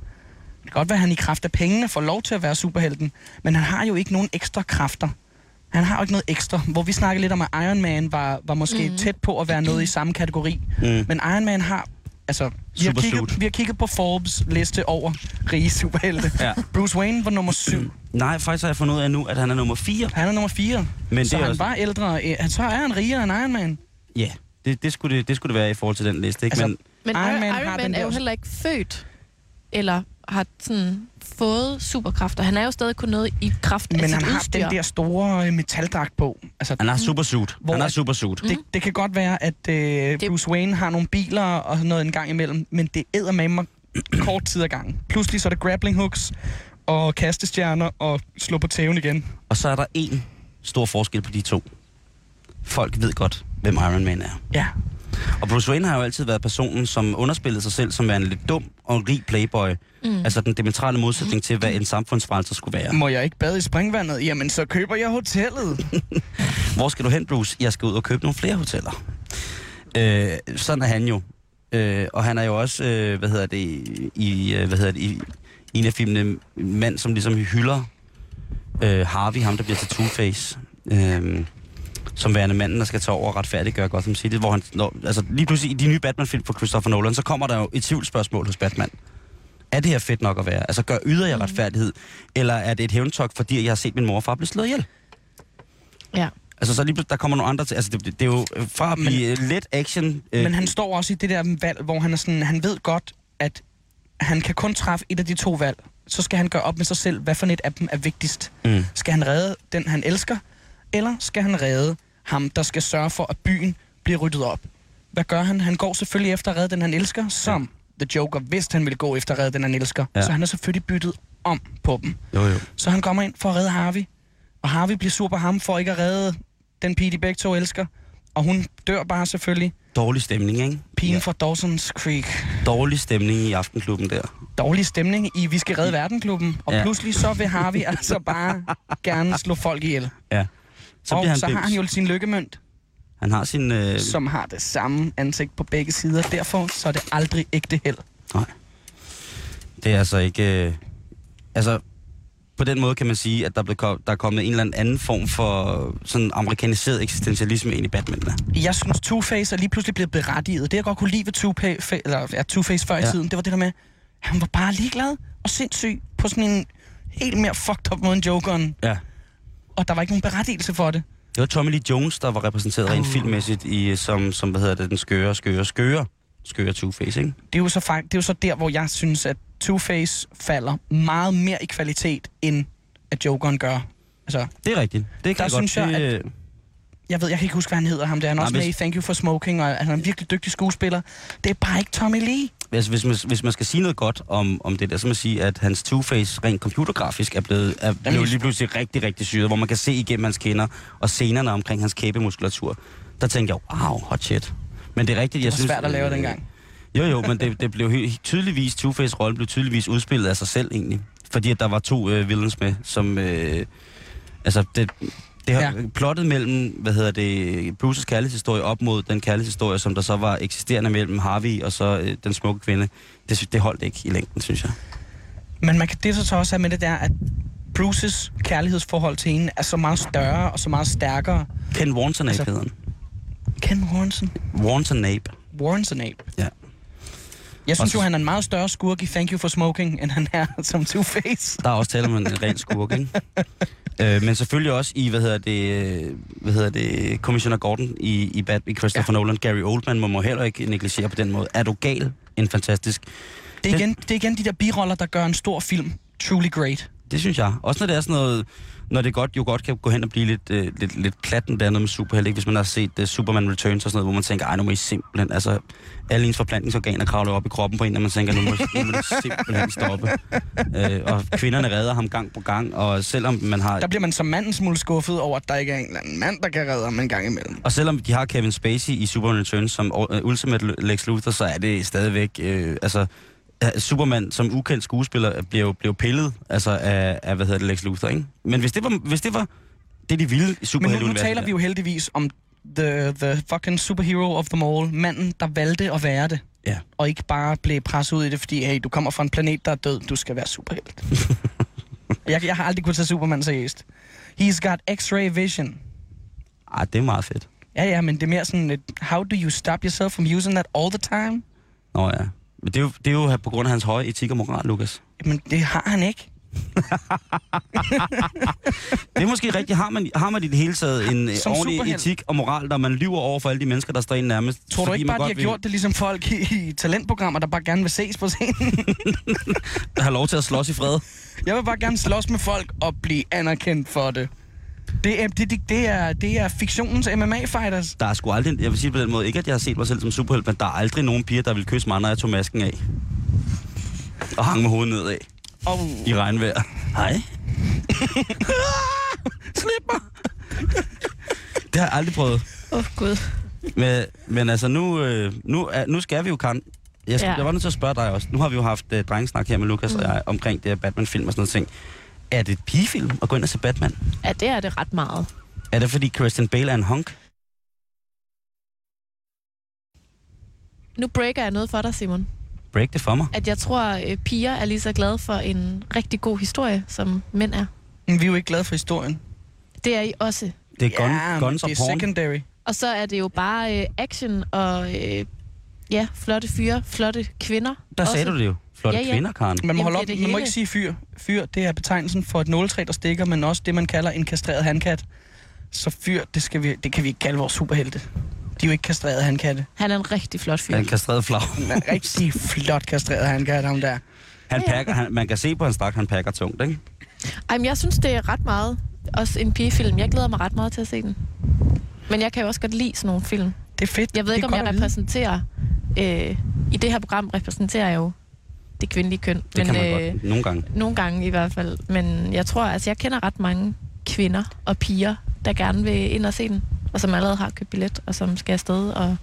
Speaker 4: Det kan godt være, at han i kraft af pengene får lov til at være superhelten, men han har jo ikke nogen ekstra kræfter. Han har jo ikke noget ekstra. Hvor vi snakkede lidt om, at Iron Man var, var måske mm. tæt på at være noget i samme kategori.
Speaker 2: Mm.
Speaker 4: Men Iron Man har... Altså, vi har,
Speaker 2: Supersuit.
Speaker 4: kigget, vi har kigget på Forbes liste over rige superhelte.
Speaker 2: Ja.
Speaker 4: Bruce Wayne var nummer syv.
Speaker 2: Nej, faktisk har jeg fundet ud af nu, at han er nummer 4.
Speaker 4: Han er nummer 4.
Speaker 2: Men
Speaker 4: så
Speaker 2: det er
Speaker 4: han
Speaker 2: også-
Speaker 4: var ældre. Eh, Så er han rigere end Iron Man.
Speaker 2: Ja, det, det, skulle det, det skulle det være i forhold til den liste, ikke?
Speaker 4: Altså,
Speaker 2: Altså, Men
Speaker 3: Men
Speaker 4: Iron
Speaker 3: Iron,
Speaker 4: Man har
Speaker 3: Iron
Speaker 4: den
Speaker 3: Man er
Speaker 4: der
Speaker 3: jo
Speaker 4: også.
Speaker 3: heller ikke født, eller har sådan fået superkræfter. Han er jo stadig kun noget i kraft af
Speaker 4: Men
Speaker 3: sit
Speaker 4: han har
Speaker 3: Altså, udstyr.
Speaker 4: den der store øh, metaldragt på. Altså,
Speaker 2: han har supersuit.
Speaker 4: Hvor
Speaker 2: han har
Speaker 4: at- Mm.
Speaker 2: supersuit.
Speaker 4: Det, det kan godt være, at øh, Bruce Wayne har nogle biler og sådan noget en gang imellem, men det æder med mig kort tid ad gangen. Pludselig så er der grappling hooks og kastestjerner og slå på tæven igen.
Speaker 2: Og så er der en stor forskel på de to. Folk ved godt, hvem Iron Man er.
Speaker 4: Ja.
Speaker 2: Og Bruce Wayne har jo altid været personen, som underspillede sig selv som værende lidt dum og en rig playboy. Mm. Altså den diametrale modsætning til, hvad en samfundsfrelser skulle være.
Speaker 4: Må jeg ikke bade i springvandet? Jamen, så køber jeg hotellet.
Speaker 2: Hvor skal du hen, Bruce? Jeg skal ud og købe nogle flere hoteller. Øh, sådan er han jo. Øh, og han er jo også, øh, hvad hedder det, i, øh, hvad hedder det, i i en af filmene, en mand, som ligesom hylder øh, Harvey, ham der bliver til Two-Face, øh, som værende manden, der skal tage over og retfærdiggøre Gotham City, hvor han, når, altså lige pludselig i de nye Batman-film fra Christopher Nolan, så kommer der jo et tvivlsspørgsmål hos Batman. Er det her fedt nok at være? Altså gør yder jeg retfærdighed? Eller er det et hævntok, fordi jeg har set min mor og far blive slået ihjel?
Speaker 3: Ja.
Speaker 2: Altså, så lige pludselig, der kommer nogle andre til. Altså, det, det, det er jo øh, fra at blive men, let action... Øh,
Speaker 4: Men han står også i det der valg, hvor han er sådan, han ved godt, at han kan kun træffe et af de to valg. så skal han gøre op med sig selv, hvad for et af dem er vigtigst.
Speaker 2: Mm.
Speaker 4: Skal han redde den, han elsker, eller skal han redde ham, der skal sørge for, at byen bliver ryddet op? Hvad gør han? Han går selvfølgelig efter at redde den, han elsker, som The Joker vidste, han ville gå efter at redde den, han elsker.
Speaker 2: Ja.
Speaker 4: Ja. Så han er selvfølgelig byttet om på dem.
Speaker 2: Jo, jo.
Speaker 4: Så han kommer ind for at redde Harvey. Og Harvey bliver sur på ham for ikke at redde den pige, de begge to elsker. Og hun dør bare selvfølgelig.
Speaker 2: Dårlig stemning, ikke?
Speaker 4: Pigen ja. fra Dawson's Creek.
Speaker 2: Dårlig stemning i aftenklubben der.
Speaker 4: Dårlig stemning i Vi skal redde verdenklubben. Og
Speaker 2: Ja.
Speaker 4: ja. pludselig så vil Harvey altså bare gerne slå folk ihjel.
Speaker 2: Ja. Så
Speaker 4: Så og
Speaker 2: bliver han
Speaker 4: så
Speaker 2: bims.
Speaker 4: har han jo sin lykkemønt,
Speaker 2: han har sin... Øh...
Speaker 4: som har det samme ansigt på begge sider. Derfor så er det aldrig ægte held.
Speaker 2: Nej. Det er altså ikke... Øh... Altså, på den måde kan man sige, at der, blev kom... der er kommet en eller anden form for øh, sådan amerikaniseret eksistentialisme ind i Batman. Der.
Speaker 4: Jeg synes, Two-Face er lige pludselig blevet berettiget. Det, jeg godt kunne lide ved Two-Face, eller, ja, Two-Face før ja.
Speaker 2: Ja.
Speaker 4: i tiden, det var det der med, at han var bare ligeglad og sindssyg på sådan en helt mere fucked up måde end Jokeren.
Speaker 2: Ja.
Speaker 4: Og der var ikke nogen berettigelse for det.
Speaker 2: Det var Tommy Lee Jones, der var repræsenteret rent filmmæssigt i, øh, som, som hvad hedder det, den skøre, skøre, skøre, skøre Two-Face, ikke?
Speaker 4: Det er jo så, fakt, det er jo så der, hvor jeg synes, at Two-Face falder meget mere i kvalitet, end at Jokeren gør. Altså,
Speaker 2: Det er rigtigt. Det kan
Speaker 4: Der
Speaker 2: jeg
Speaker 4: synes
Speaker 2: godt.
Speaker 4: jeg,
Speaker 2: det, øh,
Speaker 4: jeg ved, jeg kan ikke huske, hvad han hedder ham. Det er han
Speaker 2: Nej,
Speaker 4: også
Speaker 2: hvis-
Speaker 4: med i Thank You for Smoking, og han er en virkelig dygtig skuespiller. Det er bare ikke Tommy Lee.
Speaker 2: Altså, hvis, man, hvis man skal sige noget godt om, om det der, så må man sige, at hans Two-Face rent computergrafisk er blevet er blevet lige pludselig rigtig, rigtig syret, hvor man kan se igennem hans kinder og scenerne omkring hans kæbemuskulatur. Der tænker jeg, wow, hot shit. Men det er rigtigt, jeg
Speaker 4: var
Speaker 2: synes...
Speaker 4: svært at lave
Speaker 2: øh,
Speaker 4: dengang.
Speaker 2: Jo, jo, men det, det blev hy- tydeligvis, Two-Face-rollen blev tydeligvis udspillet af sig selv egentlig. Fordi at der var to øh, villains med, som... Øh, altså, det, det har ja.
Speaker 4: Ja.
Speaker 2: plottet mellem, hvad hedder det, Bruce's kærlighedshistorie op mod den kærlighedshistorie, som der så var eksisterende mellem Harvey og så øh, den smukke kvinde. Det, sy- det holdt ikke i længden, synes jeg.
Speaker 4: Men man kan det så så også have med det der, at Bruces kærlighedsforhold til hende er så meget større og så meget stærkere.
Speaker 2: Ken Warrenton altså,
Speaker 4: Altså-
Speaker 2: hedder han.
Speaker 4: Ken Warrenson.
Speaker 2: Warrenton Nape.
Speaker 4: Warrenson Ape.
Speaker 2: Ja.
Speaker 4: Jeg synes
Speaker 2: så-
Speaker 4: jo, han er en meget større skurk i Thank You for Smoking, end han er *laughs* som Two-Face.
Speaker 2: Der er også tale om en, en ren skurk, ikke? Øh, men selvfølgelig også i, hvad hedder det, øh, hvad hedder det, Commissioner Gordon i, i, Bat, i Christopher ja. Nolan, Gary Oldman, må man heller ikke negligere på den måde. Er du gal? En fantastisk.
Speaker 4: Det er, igen, det er igen de der biroller, der gør en stor film truly great.
Speaker 2: Det synes jeg. Også når det er sådan noget, når det godt, jo godt kan gå hen og blive lidt, øh, lidt, lidt klatten, der er noget med superhelt, ikke? hvis man har set uh, Superman Returns og sådan noget, hvor man tænker, ej, nu må I simpelthen, altså, alle ens forplantningsorganer kravler op i kroppen på en, og man tænker, nu må, nu må det simpelthen stoppe. øh, og kvinderne redder ham gang på gang, og selvom man har...
Speaker 4: Der bliver man som mand en smule skuffet over, at der ikke er en eller anden mand, der kan redde ham en gang imellem.
Speaker 2: Og selvom de har Kevin Spacey i Superman Returns som øh, ultimate Lex Luthor, så er det stadigvæk... Øh, altså, øh, Superman som ukendt skuespiller bliver jo, bliver jo pillet altså, af, af, hvad hedder det, Lex Luthor, ikke? Men hvis det var, hvis det, var det, de ville i
Speaker 4: Men
Speaker 2: Superman
Speaker 4: nu, nu taler vi jo heldigvis om the, the fucking superhero of them all. Manden, der valgte at være det.
Speaker 2: Ja.
Speaker 4: og ikke bare blive presset ud i det, fordi hey, du kommer fra en planet, der er død, du skal være superhelt. jeg, jeg har aldrig kunnet tage Superman seriøst. He's got x-ray vision.
Speaker 2: Ej, det er meget fedt.
Speaker 4: Ja, ja, men det er mere sådan et, how do you stop yourself from using that all the time?
Speaker 2: Nå ja. Men det er, jo, det er jo på grund af hans høje etik og moral, Lukas.
Speaker 4: Jamen, det har han ikke.
Speaker 2: Det er måske rigtigt. Har man, har man i det hele taget en øh,
Speaker 4: *laughs* Som
Speaker 2: ordentlig
Speaker 4: superhelt.
Speaker 2: etik og moral, når man lyver over for alle de mennesker, der står en nærmest?
Speaker 4: Tror du
Speaker 2: fordi
Speaker 4: ikke
Speaker 2: man
Speaker 4: bare,
Speaker 2: godt
Speaker 4: de har
Speaker 2: vil
Speaker 4: gjort det ligesom folk i, i talentprogrammer, der bare gerne vil ses på scenen? *laughs*
Speaker 2: Have lov til at slås i fred?
Speaker 4: Jeg vil bare gerne slås med folk og blive anerkendt for det. Det er, det, det, det er, det er fiktionens MMA-fighters.
Speaker 2: Der er sgu aldrig, jeg vil sige det på den måde, ikke at jeg har set mig selv som superhelt, men der er aldrig nogen piger, der vil kysse mig, når jeg tog masken af. Og hang med hovedet nedad
Speaker 4: Og
Speaker 2: i regnvejr. *laughs* Hej.
Speaker 4: slip mig!
Speaker 2: Det har jeg aldrig prøvet.
Speaker 3: Åh, oh, Gud.
Speaker 2: Men, men altså, nu, øh, nu, er- nu skal vi jo kan. Jeg, skal, ja.
Speaker 3: Ja.
Speaker 2: jeg var nødt til at spørge dig også. Nu har vi jo haft øh, drengesnak her med Lukas mm. og jeg omkring det her Batman-film og sådan noget ting. Er det et pigefilm at gå ind og se Batman?
Speaker 3: Ja, det er det ret meget.
Speaker 2: Er det fordi Christian Bale er en honk?
Speaker 3: Nu breaker jeg noget for dig, Simon.
Speaker 2: Break det for mig.
Speaker 3: At jeg tror, øh, piger er lige så glade for en rigtig god historie, som mænd er.
Speaker 4: Men mm, vi er jo ikke glade for historien.
Speaker 3: Det er I også.
Speaker 2: Det er gun,
Speaker 4: men
Speaker 2: guns og
Speaker 4: det er
Speaker 2: porn.
Speaker 4: secondary.
Speaker 3: Og så er det jo bare øh, action og øh, ja, flotte fyre, flotte kvinder.
Speaker 2: Der sagde
Speaker 3: også.
Speaker 2: du det jo. Flotte
Speaker 3: Ja,
Speaker 2: ja,
Speaker 3: ja.
Speaker 2: ja. kvinder, Karen.
Speaker 4: Man må,
Speaker 3: Jamen,
Speaker 4: holde
Speaker 3: det er
Speaker 4: op,
Speaker 3: det
Speaker 4: man må
Speaker 3: hele.
Speaker 4: ikke sige fyr. Fyr, det er betegnelsen for et nåletræ, der stikker, men også det, man kalder en kastreret handkat. Så fyr, det, skal vi, det kan vi ikke kalde vores superhelte. De er jo ikke kastrerede handkatte.
Speaker 3: Han er en rigtig flot fyr.
Speaker 2: Den kastrerede flag.
Speaker 4: Han er en rigtig flot kastreret handkat, ham der.
Speaker 2: Han
Speaker 3: Ja, ja.
Speaker 2: pakker, han, man kan se på hans dragt, han pakker tungt, ikke?
Speaker 3: Ej, men jeg synes, det er ret meget. Også en pigefilm. Jeg glæder mig ret meget til at se den. Men jeg kan jo også godt lide sådan nogle film.
Speaker 4: Det er fedt.
Speaker 3: Jeg ved
Speaker 4: det
Speaker 3: ikke,
Speaker 4: er
Speaker 3: om
Speaker 4: godt
Speaker 3: jeg
Speaker 4: at vide.
Speaker 3: repræsenterer... Øh, I det her program repræsenterer jeg jo det kvindelige køn.
Speaker 2: Det men, kan man øh... godt nogle gange.
Speaker 3: Nogle gange i hvert fald. Men jeg tror, altså, jeg kender ret mange kvinder og piger, der gerne vil ind og se den. Og som allerede har købt billet, og som skal afsted og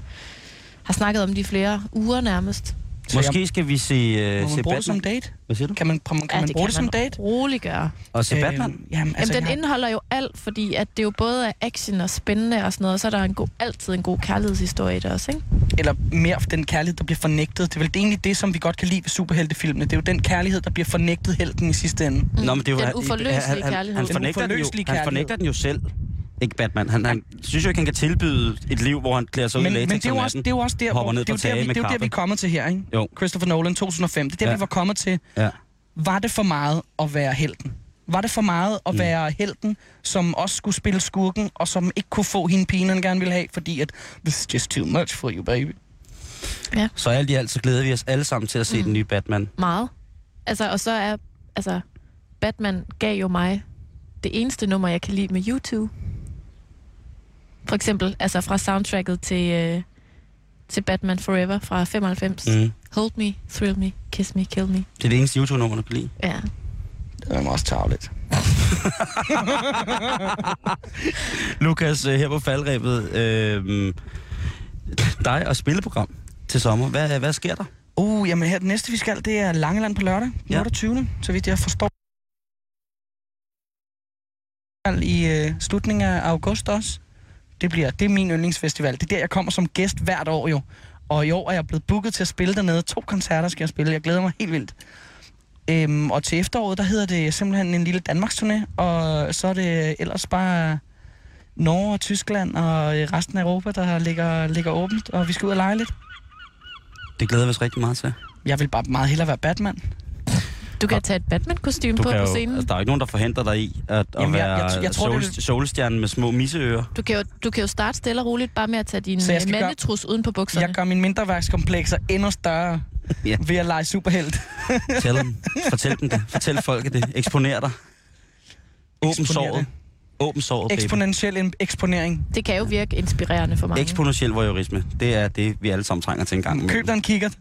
Speaker 3: har snakket om de flere uger nærmest.
Speaker 4: Så jeg-
Speaker 2: Måske skal vi se, øh,
Speaker 4: Må
Speaker 2: se
Speaker 4: man bruge det som
Speaker 2: Batman.
Speaker 4: date?
Speaker 2: Hvad siger du?
Speaker 4: Kan man, kan man, kan man bruge det som date?
Speaker 3: roligt gøre.
Speaker 2: Og se Batman?
Speaker 4: Øh, jamen,
Speaker 3: Altså,
Speaker 4: altså,
Speaker 3: Jamen, den
Speaker 4: jeg,
Speaker 3: indeholder jo alt, fordi at det jo både er action og spændende og sådan noget, og så er der en god, altid en god kærlighedshistorie i det også, ikke?
Speaker 4: eller mere den kærlighed, der bliver fornægtet. Det er vel egentlig det, som vi godt kan lide ved superheltefilmene. Det er jo den kærlighed, der bliver fornægtet helten i sidste ende.
Speaker 2: Nå, men det er jo,
Speaker 3: Den
Speaker 2: han-
Speaker 3: uforløselige
Speaker 2: han, han,
Speaker 3: kærlighed.
Speaker 2: Han
Speaker 4: Den
Speaker 2: fornægter, den, jo,
Speaker 4: uforløselige
Speaker 2: han
Speaker 4: kærlighed.
Speaker 2: fornægter den jo selv. Ikke Batman. Han, han synes jo ikke, han kan tilbyde et liv, hvor han klæder sig
Speaker 4: Men,
Speaker 2: ud i
Speaker 4: men
Speaker 2: latex
Speaker 4: det, er jo
Speaker 2: om
Speaker 4: også, det
Speaker 2: natten.
Speaker 4: er jo også der,
Speaker 2: hopper
Speaker 4: hvor,
Speaker 2: ned
Speaker 4: det er
Speaker 2: på
Speaker 4: jo der,
Speaker 2: tage
Speaker 4: vi,
Speaker 2: med
Speaker 4: det er jo der, vi
Speaker 2: kaffe.
Speaker 4: er kommet til her, ikke?
Speaker 2: Jo.
Speaker 4: Christopher Nolan 2005. Det er der,
Speaker 2: Ja.
Speaker 4: ja. vi var kommet til.
Speaker 2: Ja.
Speaker 4: Var det for meget at være helten? Var det for meget at
Speaker 2: Mm.
Speaker 4: være helten, som også skulle spille skurken, og som ikke kunne få hende pigen, han gerne ville have, fordi at, this is just too much for you, baby.
Speaker 2: Så alt i alt, så glæder vi os alle sammen til at se mm. den nye Batman.
Speaker 3: Meget. Altså, og så er, altså, Batman gav jo mig det eneste nummer, jeg kan lide med YouTube. For eksempel, altså fra soundtracket til, øh, til Batman Forever fra 95. Mm.
Speaker 2: Mm.
Speaker 3: Hold me, thrill me, kiss me, kill me.
Speaker 2: Det er det eneste YouTube-nummer, du kan lide.
Speaker 3: Ja.
Speaker 4: Det var også tavligt.
Speaker 2: Lukas, øh, her på faldrebet, øh, dig og spilleprogram til sommer. Hvad, hvad sker der?
Speaker 4: Uh, jamen her, det næste vi skal, det er Langeland på lørdag, den
Speaker 2: Ja.
Speaker 4: 28. Så vidt jeg forstår. I øh, slutningen af august også. Det bliver, det er min yndlingsfestival. Det er der, jeg kommer som gæst hvert år jo. Og i år er jeg blevet booket til at spille dernede. To koncerter skal jeg spille. Jeg glæder mig helt vildt. Øhm, og til efteråret, der hedder det simpelthen en lille Danmarks turné, og så er det ellers bare Norge og Tyskland og øh, resten af Europa, der ligger, ligger åbent, og vi skal ud og lege lidt.
Speaker 2: Det glæder vi os rigtig meget til.
Speaker 4: Jeg vil bare meget hellere være Batman.
Speaker 3: Du kan tage et Batman-kostume på på scenen.
Speaker 2: altså, der er jo ikke nogen, der forhindrer dig i at, at
Speaker 4: Jamen, jeg-
Speaker 2: være
Speaker 4: jeg- jeg tror,
Speaker 2: sol,
Speaker 4: det
Speaker 2: det...
Speaker 4: vil-
Speaker 2: solstjernen med små misseører.
Speaker 3: Du kan, jo, du kan jo starte stille og roligt bare med at tage din
Speaker 4: Så jeg skal gøre-
Speaker 3: mandetrus uden på
Speaker 4: Så
Speaker 3: bukserne.
Speaker 4: jeg gør mine mindreværkskomplekser endnu større
Speaker 2: Ja.
Speaker 4: ved at lege superhelt.
Speaker 2: Tell dem. Fortæl dem det. Fortæl folk det. Eksponer dig. Åbn
Speaker 4: Eksponer
Speaker 2: såret.
Speaker 4: det.
Speaker 2: Åbn såret, baby.
Speaker 4: Eksponentiel en- eksponering.
Speaker 3: Det kan jo virke inspirerende for mange.
Speaker 2: Eksponentiel voyeurisme. Det er det, vi alle sammen trænger til en gang. imellem.
Speaker 4: Køb dig en kikkert.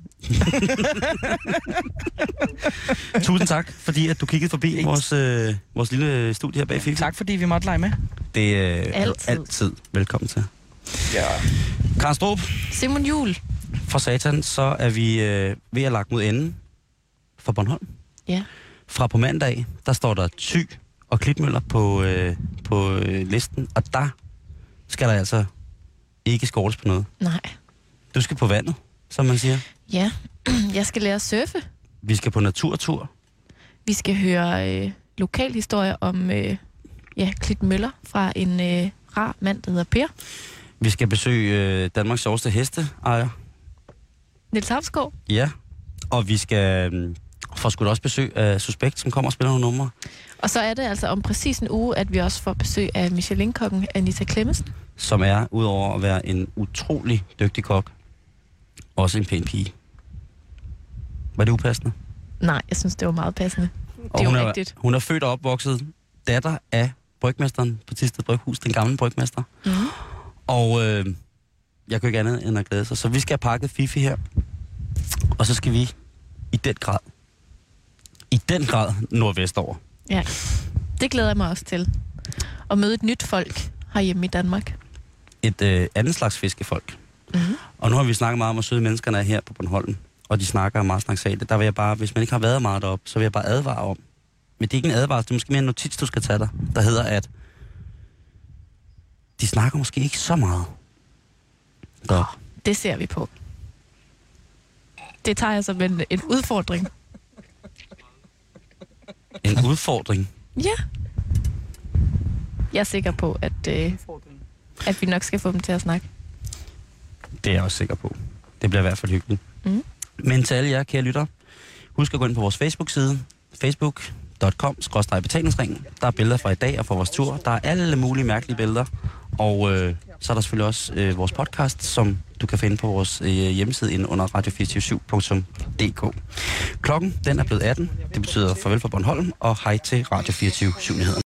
Speaker 2: Tusind tak, fordi at du kiggede forbi
Speaker 4: Ikke-
Speaker 2: vores, øh, vores lille studie her bag FIFA.
Speaker 4: Tak fordi vi måtte lege med.
Speaker 2: Det øh, er du
Speaker 3: Altid.
Speaker 2: altid velkommen til.
Speaker 4: Ja.
Speaker 2: Karen Strup,
Speaker 3: Simon Jul.
Speaker 2: fra Satan, så er vi øh, ved at lagt mod enden for Bornholm.
Speaker 3: Ja.
Speaker 2: Fra på mandag, der står der Ty og Klitmøller på, øh, på øh, listen, og der skal der altså ikke skortes på noget.
Speaker 3: Nej.
Speaker 2: Du skal på vandet, som man siger.
Speaker 3: Ja. *clears throat* Jeg skal lære at surfe.
Speaker 2: Vi skal på naturtur.
Speaker 3: Vi skal høre øh, lokalhistorier om øh, ja, Klit Møller fra en øh, rar mand, der hedder Per.
Speaker 2: Vi skal besøge øh, Danmarks sjoveste hesteejer.
Speaker 3: Niels Havsgaard.
Speaker 2: Ja. Og vi skal øh, få skudt også besøg af Suspekt, som kommer og spiller nogle numre.
Speaker 3: Og så er det altså om præcis en uge, at vi også får besøg af Michelin-kokken Anita Klemmesen.
Speaker 2: som er, udover at være en utrolig dygtig kok, også en pæn pige. Var det upassende?
Speaker 3: Nej, jeg synes, det var meget passende.
Speaker 2: Og
Speaker 3: Det er jo
Speaker 2: hun er,
Speaker 3: rigtigt.
Speaker 2: Hun er født og opvokset datter af brygmesteren på Tisted Bryghus, den gamle brygmester.
Speaker 3: Mm.
Speaker 2: Og øh, jeg kunne ikke andet end at glæde sig. Så vi skal have pakket Fifi her. Og så skal vi i den grad, i den grad nordvestover.
Speaker 3: Ja. Det glæder jeg mig også til. At møde et nyt folk herhjemme i Danmark.
Speaker 2: et øh, andet slags fiskefolk.
Speaker 3: Mhm.
Speaker 2: Mm-hmm. Og nu har vi snakket meget om, hvor søde menneskerne er her på Bornholm, og de snakker meget snaksalt. Der vil jeg bare, hvis man ikke har været meget deroppe, så vil jeg bare advare om, men det er ikke en advarsel, det er måske mere en notits, du skal tage dig, der hedder, at de snakker måske ikke så meget. Deroppe.
Speaker 3: Det ser vi på. Det tager jeg som en, en udfordring.
Speaker 2: En udfordring.
Speaker 3: Ja. Jeg er sikker på, at, øh, at vi nok skal få dem til at snakke.
Speaker 2: Det er jeg også sikker på. Det bliver i hvert fald hyggeligt.
Speaker 3: Mhm.
Speaker 2: Mm. Men til alle jer, kære lytter, husk at gå ind på vores Facebook-side, facebook.com betalingsringen. Der er billeder fra i dag og fra vores tur. Der er alle mulige mærkelige billeder. Og øh, Så er der selvfølgelig også øh, vores podcast, som du kan finde på vores øh, hjemmeside inde under radio247.dk. Klokken den er blevet 18. Det betyder farvel fra Bornholm, og hej til Radio 24 7